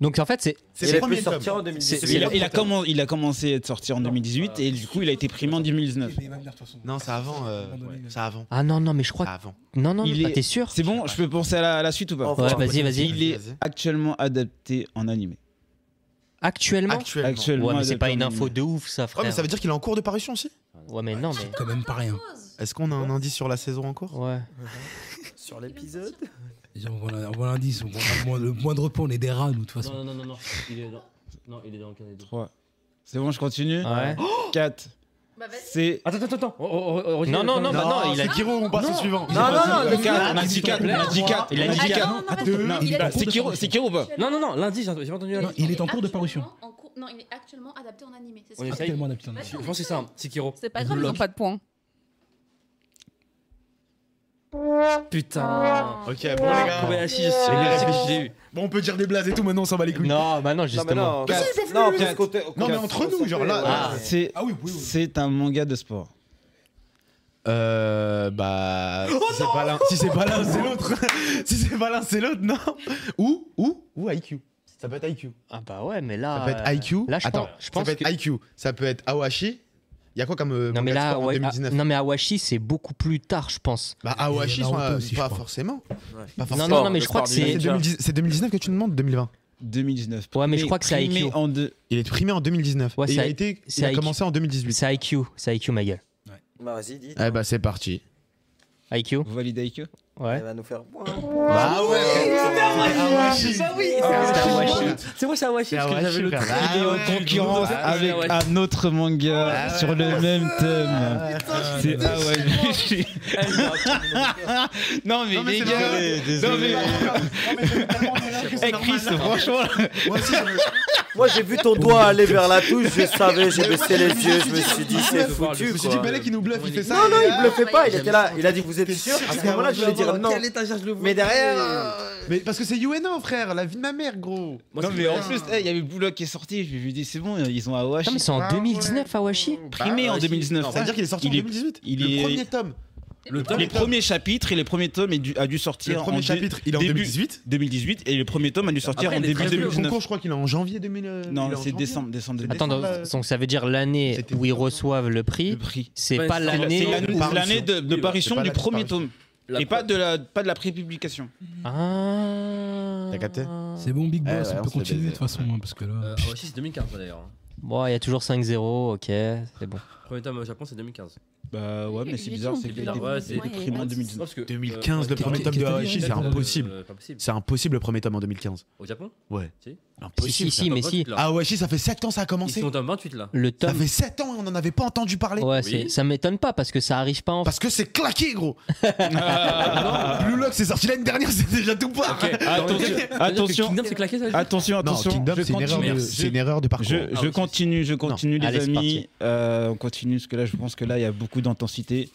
Speaker 3: Donc en fait c'est
Speaker 8: C'est le
Speaker 7: il a pu
Speaker 8: premier tome.
Speaker 7: sortir en
Speaker 3: C'est-
Speaker 1: Il a,
Speaker 7: 2018.
Speaker 1: il a commen- il a commencé à être sorti en 2018 et du coup, il a été primé en 2019.
Speaker 5: Mais il va venir, de toute façon.
Speaker 8: Non, c'est avant. euh,
Speaker 5: Ouais.
Speaker 8: C'est avant.
Speaker 3: ah non non mais je
Speaker 8: C'est
Speaker 3: crois
Speaker 8: avant.
Speaker 3: non non
Speaker 1: Il
Speaker 3: non,
Speaker 1: est-
Speaker 3: t'es sûr
Speaker 1: C'est bon, je peux penser à la, à la suite ou pas
Speaker 7: Enfin,
Speaker 3: Ouais vas-y vas-y.
Speaker 1: Il est
Speaker 8: Vas-y.
Speaker 1: actuellement adapté en animé.
Speaker 3: Actuellement.
Speaker 8: Actuellement.
Speaker 1: Actuellement.
Speaker 3: Ouais mais c'est
Speaker 1: adapté
Speaker 3: pas
Speaker 1: en
Speaker 3: une
Speaker 1: animé.
Speaker 3: info de ouf ça
Speaker 8: Ouais,
Speaker 3: frère.
Speaker 8: mais ça veut dire qu'il est en cours de parution aussi.
Speaker 3: Ouais mais non mais
Speaker 5: Quand même pas rien.
Speaker 8: Est-ce qu'on a un indice sur la saison encore
Speaker 3: ouais.
Speaker 7: Sur l'épisode.
Speaker 5: Déjà, on voit l'in- on voit l'indice. on voit- on voit Le moins de repos, on est des rats, nous, de toute façon.
Speaker 9: Non, non, non, non. Il est dans. Non, il est dans le canadien.
Speaker 1: Trois. C'est bon, je continue
Speaker 3: Ouais. Oh
Speaker 1: 4.
Speaker 6: Bah, vas-y.
Speaker 1: C'est.
Speaker 4: Attends, attends, attends. Oh, oh, oh, redis
Speaker 3: Non,
Speaker 4: les
Speaker 3: non,
Speaker 4: noms.
Speaker 3: non, bah non, il a
Speaker 8: c'est Kiro, on passe au suivant.
Speaker 7: Non, non, non, le
Speaker 1: quatre,
Speaker 7: gars.
Speaker 1: on a dit 4, on a dit 4,
Speaker 3: Il a dit
Speaker 6: Ah,
Speaker 3: quatre.
Speaker 6: non, non, attends,
Speaker 8: deux.
Speaker 6: il a-
Speaker 1: Non, bah,
Speaker 6: il
Speaker 1: c'est
Speaker 6: a-
Speaker 1: Kiro, c'est Kiro ou pas
Speaker 4: Non, non, non, lundi, j'ai j'ai pas entendu lundi.
Speaker 5: Non, il est en cours de parution.
Speaker 6: actuellement en cours- Non, il est actuellement adapté en animé. c'est
Speaker 4: On
Speaker 6: ça.
Speaker 4: essaye.
Speaker 5: Tellement adapté en
Speaker 6: Vas-y,
Speaker 4: Je
Speaker 6: on
Speaker 4: pense que c'est ça, hein, c'est Kiro.
Speaker 6: C'est pas grave, ils ont pas de points.
Speaker 4: Putain.
Speaker 8: Ok, bon les gars.
Speaker 4: Kobayashi, je sais que j'ai eu.
Speaker 8: Bon, on peut dire des blazes et tout maintenant, ça va les couilles.
Speaker 3: Non bah non
Speaker 7: Non, mais
Speaker 3: justement.
Speaker 7: non.
Speaker 8: Quatre.
Speaker 7: Non, parce qu'au te- au-
Speaker 3: Ah.
Speaker 8: Non, mais entre nous, genre là.
Speaker 1: Ah, C'est
Speaker 5: Ah oui, oui, oui.
Speaker 1: c'est un manga de sport.
Speaker 8: Euh, bah. si c'est pas l'un, si c'est pas l'un, c'est l'autre. [LAUGHS] si c'est pas l'un, c'est l'autre, non Ou, ou, ou IQ. Ça peut être IQ.
Speaker 3: Ah bah ouais, mais là.
Speaker 8: Ça peut être
Speaker 3: euh,
Speaker 8: IQ.
Speaker 3: Là, je
Speaker 8: Attends,
Speaker 3: pense, je pense
Speaker 8: ça peut être
Speaker 3: que-
Speaker 8: IQ. Ça peut être Awashi. Il y a quoi comme euh,
Speaker 3: Non mais
Speaker 8: manga de
Speaker 3: là,
Speaker 8: sport en
Speaker 3: ouais, ah,
Speaker 8: 2019
Speaker 3: non mais Awashi c'est beaucoup plus tard, je pense.
Speaker 8: Bah Awashi,
Speaker 10: Et
Speaker 8: sont,
Speaker 10: Naruto
Speaker 8: euh,
Speaker 10: aussi, je
Speaker 8: pas
Speaker 10: crois.
Speaker 8: forcément. Pas
Speaker 3: Non, non,
Speaker 8: forcément.
Speaker 3: non,
Speaker 7: Sport,
Speaker 3: mais
Speaker 7: le
Speaker 3: je crois que
Speaker 7: sport du
Speaker 8: C'est
Speaker 3: c'est.
Speaker 7: ninja.
Speaker 8: 2010 c'est 2019 que tu demandes, 2020.
Speaker 1: 2019.
Speaker 3: Ouais, mais je crois que c'est
Speaker 1: primé
Speaker 3: IQ.
Speaker 1: en deux.
Speaker 8: Il est primé en 2019.
Speaker 3: Ouais,
Speaker 8: et il
Speaker 3: c'est
Speaker 8: a
Speaker 3: I-
Speaker 8: été,
Speaker 3: c'est
Speaker 8: il a
Speaker 3: IQ.
Speaker 8: commencé en 2018.
Speaker 3: C'est IQ, c'est IQ ma gueule.
Speaker 7: Bah vas-y, dis.
Speaker 8: Eh bah c'est parti.
Speaker 3: IQ
Speaker 1: Vous validez IQ
Speaker 3: Ouais.
Speaker 7: Elle va nous faire. Ah
Speaker 8: Bah Ah
Speaker 4: oui C'est moi, c'est Awashi, parce que j'avais le truc.
Speaker 1: Il est en concurrence avec
Speaker 3: Ah
Speaker 1: un autre manga sur le même thème. C'est [LAUGHS] ah ouais. je suis- non mais les gars, non mais Eh, Chris, franchement, là,
Speaker 7: Moi j'ai vu ton doigt aller vers la touche, je savais, j'ai baissé les yeux, je me suis dit c'est foutu.
Speaker 8: Je dis
Speaker 7: quoi.
Speaker 8: Balek qui nous bluffe, il fait ça.
Speaker 7: Non, non,
Speaker 8: et-
Speaker 7: il bluffait pas, il était là, il a dit vous êtes sûr À ce moment-là, je voulais dire non. Mais derrière. [LAUGHS] euh,
Speaker 8: Mais parce que c'est UNO frère, la vie de ma mère gros.
Speaker 1: non mais en plus, eh, il y avait Bullock qui est sorti. Je lui ai dit c'est bon, ils ont Bah, Awashi
Speaker 3: Putain, mais c'est en 2019 Awashi
Speaker 1: primé en 2019.
Speaker 8: Non, C'est-à-dire qu'il est sorti
Speaker 1: Il
Speaker 8: en
Speaker 1: est-
Speaker 8: 2018.
Speaker 1: il
Speaker 8: le
Speaker 1: est-
Speaker 8: premier tome.
Speaker 4: Le
Speaker 1: les premiers chapitres et les premiers tomes est dû- a dû
Speaker 8: Le
Speaker 1: sortir en
Speaker 8: premier
Speaker 1: dé-
Speaker 8: chapitre, il est en
Speaker 1: début-
Speaker 8: 2018.
Speaker 1: 2018 et le premier tome a dû sortir en
Speaker 4: Après, il est
Speaker 1: début
Speaker 4: très peu.
Speaker 8: Le
Speaker 1: 2019.
Speaker 8: concours, je crois qu'il est en janvier 2000. il est
Speaker 1: Non,
Speaker 8: en
Speaker 1: c'est
Speaker 8: janvier.
Speaker 1: décembre, décembre, décembre.
Speaker 3: Attends,
Speaker 8: décembre,
Speaker 3: donc, donc ça veut dire l'année
Speaker 8: C'était
Speaker 3: où ils
Speaker 8: décembre.
Speaker 3: reçoivent le
Speaker 1: Le
Speaker 3: prix,
Speaker 1: prix.
Speaker 3: c'est
Speaker 4: Ouais,
Speaker 3: pas
Speaker 4: c'est la-
Speaker 3: l'année.
Speaker 1: C'est l'année-
Speaker 8: parution.
Speaker 1: l'année de, de
Speaker 4: Oui,
Speaker 8: c'est
Speaker 1: parution
Speaker 8: pas
Speaker 1: du
Speaker 8: la
Speaker 1: premier tome
Speaker 8: disparition.
Speaker 1: et pas de la pas de la prépublication.
Speaker 3: Ah.
Speaker 8: T'as capté
Speaker 10: C'est bon, Big
Speaker 8: Eh
Speaker 10: Boss,
Speaker 8: ouais,
Speaker 10: on
Speaker 8: on
Speaker 10: peut
Speaker 8: se fait
Speaker 10: continuer de
Speaker 8: baiser.
Speaker 10: toute façon, hein, parce que
Speaker 1: Euh,
Speaker 10: là.
Speaker 4: Awashi, c'est 2015 d'ailleurs.
Speaker 3: Bon, il y a toujours 5-0, ok, c'est bon.
Speaker 4: Premier tome au Japon, c'est 2015.
Speaker 1: Bah ouais,
Speaker 6: Oui,
Speaker 1: mais
Speaker 6: il
Speaker 1: c'est
Speaker 6: est
Speaker 1: bizarre,
Speaker 6: con,
Speaker 1: c'est
Speaker 6: il
Speaker 1: qu'il
Speaker 6: est
Speaker 1: a été
Speaker 4: bizarre. Ouais, c'est-
Speaker 1: il a été
Speaker 6: ouais,
Speaker 1: primé en
Speaker 6: ouais,
Speaker 1: 2019.
Speaker 4: Parce que,
Speaker 8: 2015, le
Speaker 4: euh,
Speaker 8: premier
Speaker 10: qui-
Speaker 8: tome
Speaker 10: qui
Speaker 8: de
Speaker 10: était
Speaker 8: Hawashi, c'est
Speaker 10: bien,
Speaker 4: euh,
Speaker 8: impossible.
Speaker 4: euh, Pas possible.
Speaker 8: C'est impossible le premier tome en 2015.
Speaker 4: Au Japon
Speaker 8: Ouais.
Speaker 4: Si.
Speaker 3: Si,
Speaker 8: Impossible.
Speaker 3: si, si, mais si.
Speaker 4: Là.
Speaker 8: Awashi, ça fait 7 ans ça a
Speaker 4: Ils
Speaker 8: commencé.
Speaker 4: sont au tome 28 là.
Speaker 3: Le
Speaker 8: Ça
Speaker 3: tome.
Speaker 8: fait 7 ans et on n'en avait pas entendu parler.
Speaker 3: Ouais, c'est- ça m'étonne pas parce que ça arrive pas en
Speaker 8: Parce que c'est claqué, gros. Blue Lock, c'est sorti l'année dernière, c'est déjà tout part.
Speaker 1: [LAUGHS] Attention, attention,
Speaker 4: Kingdom, c'est claqué ça
Speaker 1: attention,
Speaker 8: Non,
Speaker 1: attention.
Speaker 8: Kingdom,
Speaker 1: je
Speaker 8: c'est une, erreur
Speaker 1: continue.
Speaker 8: de-
Speaker 1: Je-
Speaker 8: c'est une erreur de parcours.
Speaker 1: Je,
Speaker 4: Ah
Speaker 1: je
Speaker 4: oui,
Speaker 1: continue, je continue,
Speaker 3: Allez,
Speaker 1: les
Speaker 3: c'est parti.
Speaker 1: amis. Euh, on continue parce que là, je pense que là, il y a beaucoup d'intensité.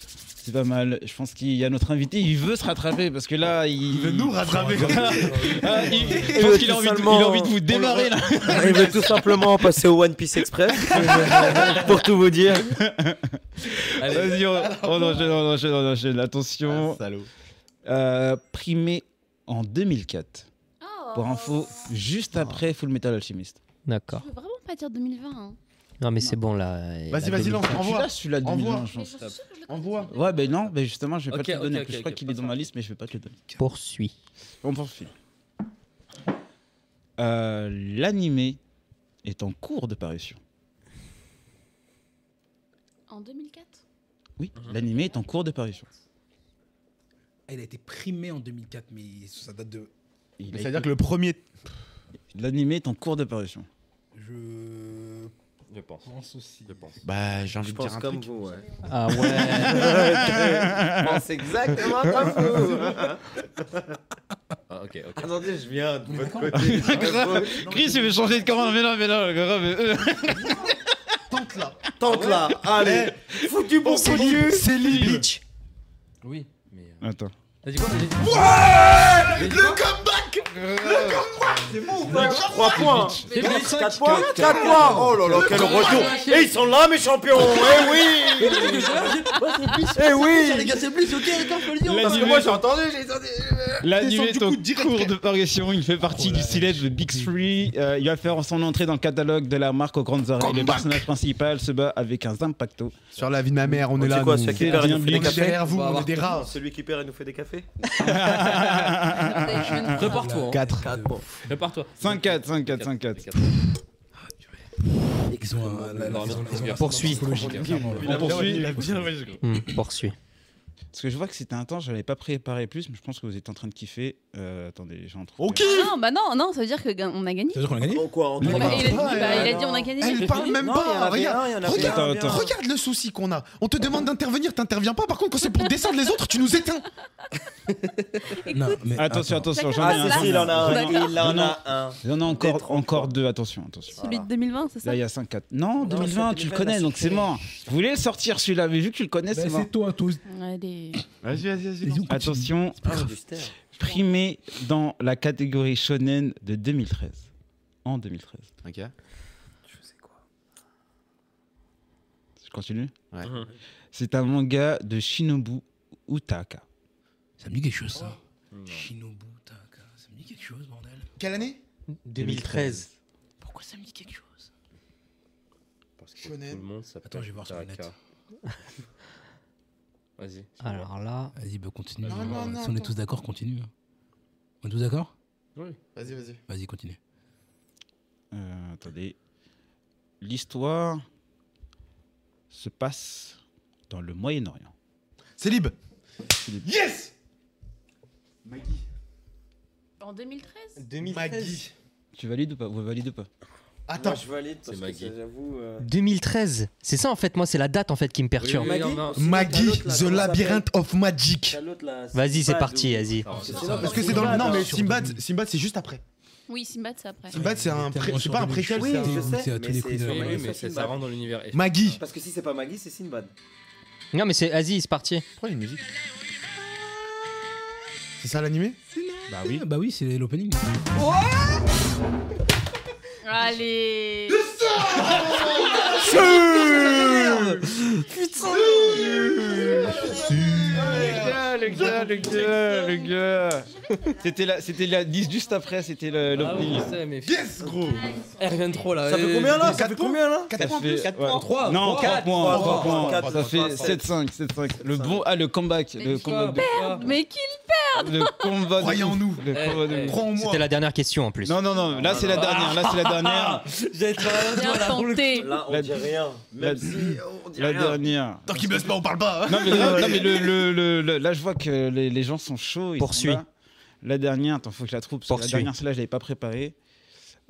Speaker 1: C'est pas mal. Je pense qu'il y a notre invité. Il veut se rattraper parce que là, il,
Speaker 8: Il veut nous rattraper.
Speaker 1: [LAUGHS] Ah, il- je
Speaker 7: veut
Speaker 1: pense qu'il a
Speaker 7: tout
Speaker 1: envie de, il
Speaker 7: seulement-
Speaker 1: a envie de vous démarrer là.
Speaker 7: Il veut tout simplement passer au One Piece Express. [LAUGHS] Pour tout vous dire.
Speaker 4: Ah
Speaker 1: Vas-y, on, on enchaîne, on enchaîne, on enchaîne. Attention. Euh, primé en 2004.
Speaker 6: Oh.
Speaker 1: Pour info, juste après Full Metal Alchemist.
Speaker 3: D'accord.
Speaker 6: Je veux vraiment pas dire 2020. hein.
Speaker 3: Non, mais c'est bon là. euh, la
Speaker 8: Vas-y, vas-y,
Speaker 3: demi-
Speaker 8: lance,
Speaker 1: Celui-là,
Speaker 8: envoie.
Speaker 1: celui-là de
Speaker 8: Envoie.
Speaker 1: 2020, je pense.
Speaker 6: Mais j'en suis sûre que je le connais.
Speaker 8: Envoie.
Speaker 1: Ouais, ben non, ben justement, je vais
Speaker 4: Ok,
Speaker 1: pas te
Speaker 4: ok,
Speaker 1: le donner.
Speaker 4: ok,
Speaker 1: parce que je
Speaker 4: ok,
Speaker 1: crois qu'il est
Speaker 4: pas
Speaker 1: dans ma liste, mais je vais pas te le donner.
Speaker 3: Poursuis.
Speaker 1: On poursuit. Euh, L'animé est en cours de parution.
Speaker 6: En 2004
Speaker 1: Oui, l'animé est en cours de parution.
Speaker 10: Il a été primé en 2004, mais ça date de.
Speaker 1: Il a
Speaker 8: C'est-à-dire
Speaker 1: été-
Speaker 8: que le premier.
Speaker 1: L'animé est en cours de parution.
Speaker 10: Je
Speaker 4: Je pense.
Speaker 10: pense aussi.
Speaker 4: Je pense.
Speaker 8: Bah, j'ai envie
Speaker 7: Je
Speaker 8: de dire
Speaker 7: pense
Speaker 8: un
Speaker 7: comme
Speaker 8: truc.
Speaker 7: vous, ouais.
Speaker 3: Ah
Speaker 8: [LAUGHS]
Speaker 3: ouais.
Speaker 7: Je pense exactement [LAUGHS] comme vous.
Speaker 4: Ah, ok, ok.
Speaker 7: Attendez, je viens de votre côté. je suis comme vous.
Speaker 1: euh, Chris, il veut changer de commande. Mais non, mais non, mais euh.
Speaker 8: Tente là.
Speaker 7: Tente là, allez. Foutu pour foutu.
Speaker 8: C'est libre.
Speaker 4: Oui, mais. euh,
Speaker 1: Attends.
Speaker 4: T'as dit quoi t'as dit-
Speaker 7: Bah, 3 points
Speaker 4: C'est bon,
Speaker 7: 4 points 4 points Oh là là, quel retour Et ils sont là, mes champions Eh oui Eh oui
Speaker 4: gars, c'est plus, ok, d'accord, faut le dire.
Speaker 7: Parce que moi, j'ai entendu, j'ai entendu
Speaker 1: L'animé est en cours de parution. Il fait partie du stylette de Big Three. Euh, il va faire son entrée dans le catalogue de la marque aux grandes oreilles. Le personnage principal se bat avec un
Speaker 7: [LAUGHS]
Speaker 1: impacto.
Speaker 8: Sur la vie de ma mère, on
Speaker 7: Oh, C'est
Speaker 8: est là.
Speaker 7: quoi,
Speaker 8: nous.
Speaker 7: celui qui
Speaker 8: On
Speaker 7: perd, il
Speaker 1: Adrien
Speaker 7: nous fait des
Speaker 1: Blin.
Speaker 8: est
Speaker 7: cafés
Speaker 8: derrière vous,
Speaker 4: On va
Speaker 8: on est
Speaker 4: avoir
Speaker 8: des rats.
Speaker 7: Celui qui perd, il nous fait des cafés
Speaker 4: Prépare-toi. hein.
Speaker 8: 4.
Speaker 7: 4 points
Speaker 4: Prépare-toi.
Speaker 1: 5-4, 5-4, 5-4.
Speaker 10: Ils ont un. la- la-
Speaker 4: Non,
Speaker 10: ils ont-
Speaker 4: non,
Speaker 10: ils ont-
Speaker 3: poursuis.
Speaker 10: psychologique, clairement.
Speaker 1: On poursuit.
Speaker 3: Hmm, poursuis.
Speaker 1: Parce que je vois que c'était un temps, je n'avais pas préparé plus, mais je pense que vous êtes en train de kiffer. Euh, attendez, j'ai un trou.
Speaker 8: Ok.
Speaker 6: Ah Non, bah non, non, ça veut dire que ga- on a gagné.
Speaker 10: Ça veut dire qu'on a gagné
Speaker 7: Oh quoi, on
Speaker 6: Bah,
Speaker 7: parle
Speaker 6: il, a dit,
Speaker 8: pas,
Speaker 6: bah,
Speaker 7: elle.
Speaker 6: il a dit on a gagné.
Speaker 8: Elle parle même
Speaker 7: Non, il y en
Speaker 8: pas.
Speaker 7: avait
Speaker 8: Regarde.
Speaker 7: un, il y en avait
Speaker 8: Regarde,
Speaker 7: un, bien.
Speaker 8: regarde le souci qu'on a. On te demande d'intervenir, t'interviens pas. Par contre, quand c'est pour descendre les autres, tu nous éteins.
Speaker 10: Non, mais.
Speaker 1: Attention,
Speaker 10: attends.
Speaker 1: attention, j'en ai
Speaker 7: Ah
Speaker 1: un.
Speaker 7: si, si, il en a un
Speaker 1: J'en ai
Speaker 7: Il en a un
Speaker 1: Il y en a
Speaker 7: Des
Speaker 1: encore,
Speaker 7: trente,
Speaker 1: encore
Speaker 7: quoi.
Speaker 1: deux, attention, attention.
Speaker 6: Celui de 2020, c'est ça
Speaker 1: Là, il y a 5-4. Non, 2020,
Speaker 7: c'est
Speaker 1: tu le
Speaker 7: 2020,
Speaker 1: connais,
Speaker 7: la
Speaker 1: donc c'est
Speaker 7: sucrerie.
Speaker 1: mort. Je voulais le sortir celui-là, mais vu que tu le connais,
Speaker 10: Bah,
Speaker 1: c'est mort.
Speaker 10: C'est toi, toi.
Speaker 6: Allez.
Speaker 8: Vas-y, vas-y, vas-y.
Speaker 10: Ils ont continué.
Speaker 1: Attention,
Speaker 7: Ah, du ster.
Speaker 1: primé dans la catégorie shonen de 2013. En 2013.
Speaker 8: Ok.
Speaker 1: Je continue
Speaker 8: Ouais.
Speaker 4: Mhm.
Speaker 1: C'est un manga de Shinobu Utaka.
Speaker 5: Ça me dit quelque chose, ça. Shinobu Taka. Ça me dit quelque chose, bordel.
Speaker 7: Quelle année
Speaker 3: 2013.
Speaker 5: Pourquoi ça me dit quelque chose
Speaker 7: Parce que tout le monde s'appelle
Speaker 5: Attends, je vais voir sur les
Speaker 7: Taka.
Speaker 4: [LAUGHS] Vas-y.
Speaker 5: Alors là. Vas-y, bah, continue.
Speaker 7: Non, non, non,
Speaker 5: si on est
Speaker 7: attends.
Speaker 5: tous d'accord, continue. hein. On est tous d'accord
Speaker 7: Oui. Vas-y, vas-y.
Speaker 5: Vas-y, continue.
Speaker 1: Euh, attendez. L'histoire se passe dans le Moyen-Orient.
Speaker 8: C'est libre.
Speaker 1: Yes
Speaker 11: Maggie.
Speaker 6: En 2013
Speaker 8: Maggie.
Speaker 1: Tu valides ou pas Vous validez ou pas
Speaker 7: Attends. Moi, je valide parce que ça, j'avoue. euh,
Speaker 3: 2013. C'est ça en fait, moi c'est la date en fait qui me perturbe.
Speaker 7: Oui, oui, oui, non, c'est- t'as
Speaker 8: Maggie,
Speaker 7: l'autre, là,
Speaker 8: The
Speaker 7: comment ça
Speaker 8: Labyrinth of Magic.
Speaker 7: t'as l'autre, là,
Speaker 3: Vas-y, c'est
Speaker 7: Simbad
Speaker 3: parti,
Speaker 7: ou-
Speaker 3: vas-y.
Speaker 7: Ah, c'est
Speaker 8: Parce
Speaker 7: ça,
Speaker 8: que c'est dans le. Non, mais
Speaker 7: Simbad,
Speaker 8: Simbad, Simbad c'est juste après.
Speaker 6: Oui, Simbad, c'est après.
Speaker 8: Simbad, c'est un. pré- C'est pas un préquel,
Speaker 7: Oui,
Speaker 8: c'est un.
Speaker 7: je sais.
Speaker 8: c'est à tous les coups de-
Speaker 7: sur
Speaker 8: Oui,
Speaker 7: Maggie,
Speaker 8: oui, mais
Speaker 7: sur
Speaker 8: ça
Speaker 7: Sinbad.
Speaker 8: rentre dans l'univers.
Speaker 3: Maggie.
Speaker 7: Parce que si c'est pas Maggie, c'est Sinbad.
Speaker 3: Non mais c'est vas-y, c'est parti.
Speaker 8: Pourquoi les musiques C'est ça l'animé
Speaker 7: Ah
Speaker 1: Bah oui.
Speaker 5: Bah oui, c'est l'opening.
Speaker 6: Allez
Speaker 12: Putain
Speaker 1: Le gars, le gars, le gars. C'était la, c'était la 10 juste après, c'était le-
Speaker 4: Ah
Speaker 1: l'opening.
Speaker 8: yes, gros.
Speaker 4: Elle revient trop là. Eh,
Speaker 1: Ça fait combien, là Ça
Speaker 4: Quatre
Speaker 1: fait
Speaker 4: points
Speaker 1: combien, là
Speaker 4: Quatre points en plus. Quatre points. Trois,
Speaker 1: Non,
Speaker 4: trois,
Speaker 1: 3 points.
Speaker 4: trois,
Speaker 1: trois
Speaker 4: trois,
Speaker 1: points.
Speaker 4: quatre,
Speaker 1: Ça fait
Speaker 4: trois, sept.
Speaker 1: 7-5, 7-5. Le bon, ah le comeback, le combat.
Speaker 6: Merde, mais qu'il perde
Speaker 1: Le combat. Croyez en nous. Le combat
Speaker 4: Eh.
Speaker 1: de.
Speaker 3: C'était la dernière question en plus. [LAUGHS]
Speaker 1: Non, non, non, là c'est la dernière, là c'est la
Speaker 4: Ah.
Speaker 1: dernière.
Speaker 3: J'allais
Speaker 6: Bien tenté
Speaker 7: Là, on
Speaker 1: La-
Speaker 7: dit rien.
Speaker 1: La,
Speaker 7: Même si on dit
Speaker 1: la
Speaker 7: rien.
Speaker 1: dernière.
Speaker 8: Tant qu'il buzz pas, on parle pas. hein.
Speaker 1: Non mais, là, non,
Speaker 13: [LAUGHS]
Speaker 1: mais le, le- le- le- là je vois que les, les gens sont chauds. Ils sont
Speaker 3: Poursuis.
Speaker 1: là. La dernière, attends, faut que je la trouve. parce que La
Speaker 3: Poursuis.
Speaker 1: dernière, celle-là, je l'avais pas préparée.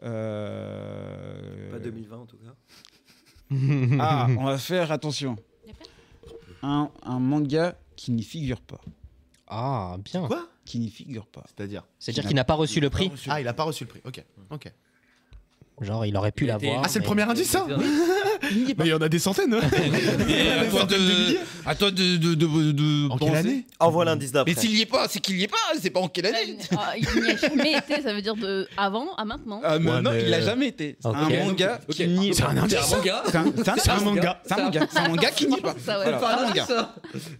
Speaker 1: Euh...
Speaker 7: Pas 2020 en tout cas.
Speaker 8: [LAUGHS]
Speaker 1: Ah, on va faire attention. Un, un manga qui n'y figure pas.
Speaker 3: Ah, bien.
Speaker 8: Quoi
Speaker 1: Qui n'y figure pas.
Speaker 8: C'est-à-dire
Speaker 3: C'est-à-dire qu'il n'a pas reçu le prix
Speaker 8: Ah, il a pas reçu le prix. Ok. Ok.
Speaker 3: Genre, il aurait pu l'avoir.
Speaker 8: Ah, c'est le
Speaker 3: mais-
Speaker 8: premier indice, ça Mais il y en a des centaines. hein.
Speaker 1: Ah,
Speaker 13: à toi de. À toi de. de, de, de
Speaker 8: En quelle
Speaker 13: penser.
Speaker 8: année
Speaker 7: Envoie l'indice d'après.
Speaker 13: Mais s'il y est pas, c'est qu'il y est pas, c'est pas en quelle année
Speaker 6: Ah, Il n'y a jamais été, ça veut dire de avant à maintenant.
Speaker 1: Ah, mais
Speaker 8: Ouais,
Speaker 1: non,
Speaker 8: mais- euh,
Speaker 1: il l'a jamais été. C'est
Speaker 3: Ok.
Speaker 1: Un manga
Speaker 13: Ok.
Speaker 1: qui n'y
Speaker 8: Ah, C'est un indice. ça
Speaker 13: manga
Speaker 1: C'est un- c'est un- c'est un manga. C'est un manga. C'est un manga qui n'y est pas.
Speaker 6: Ça, ouais.
Speaker 1: Voilà, c'est un manga.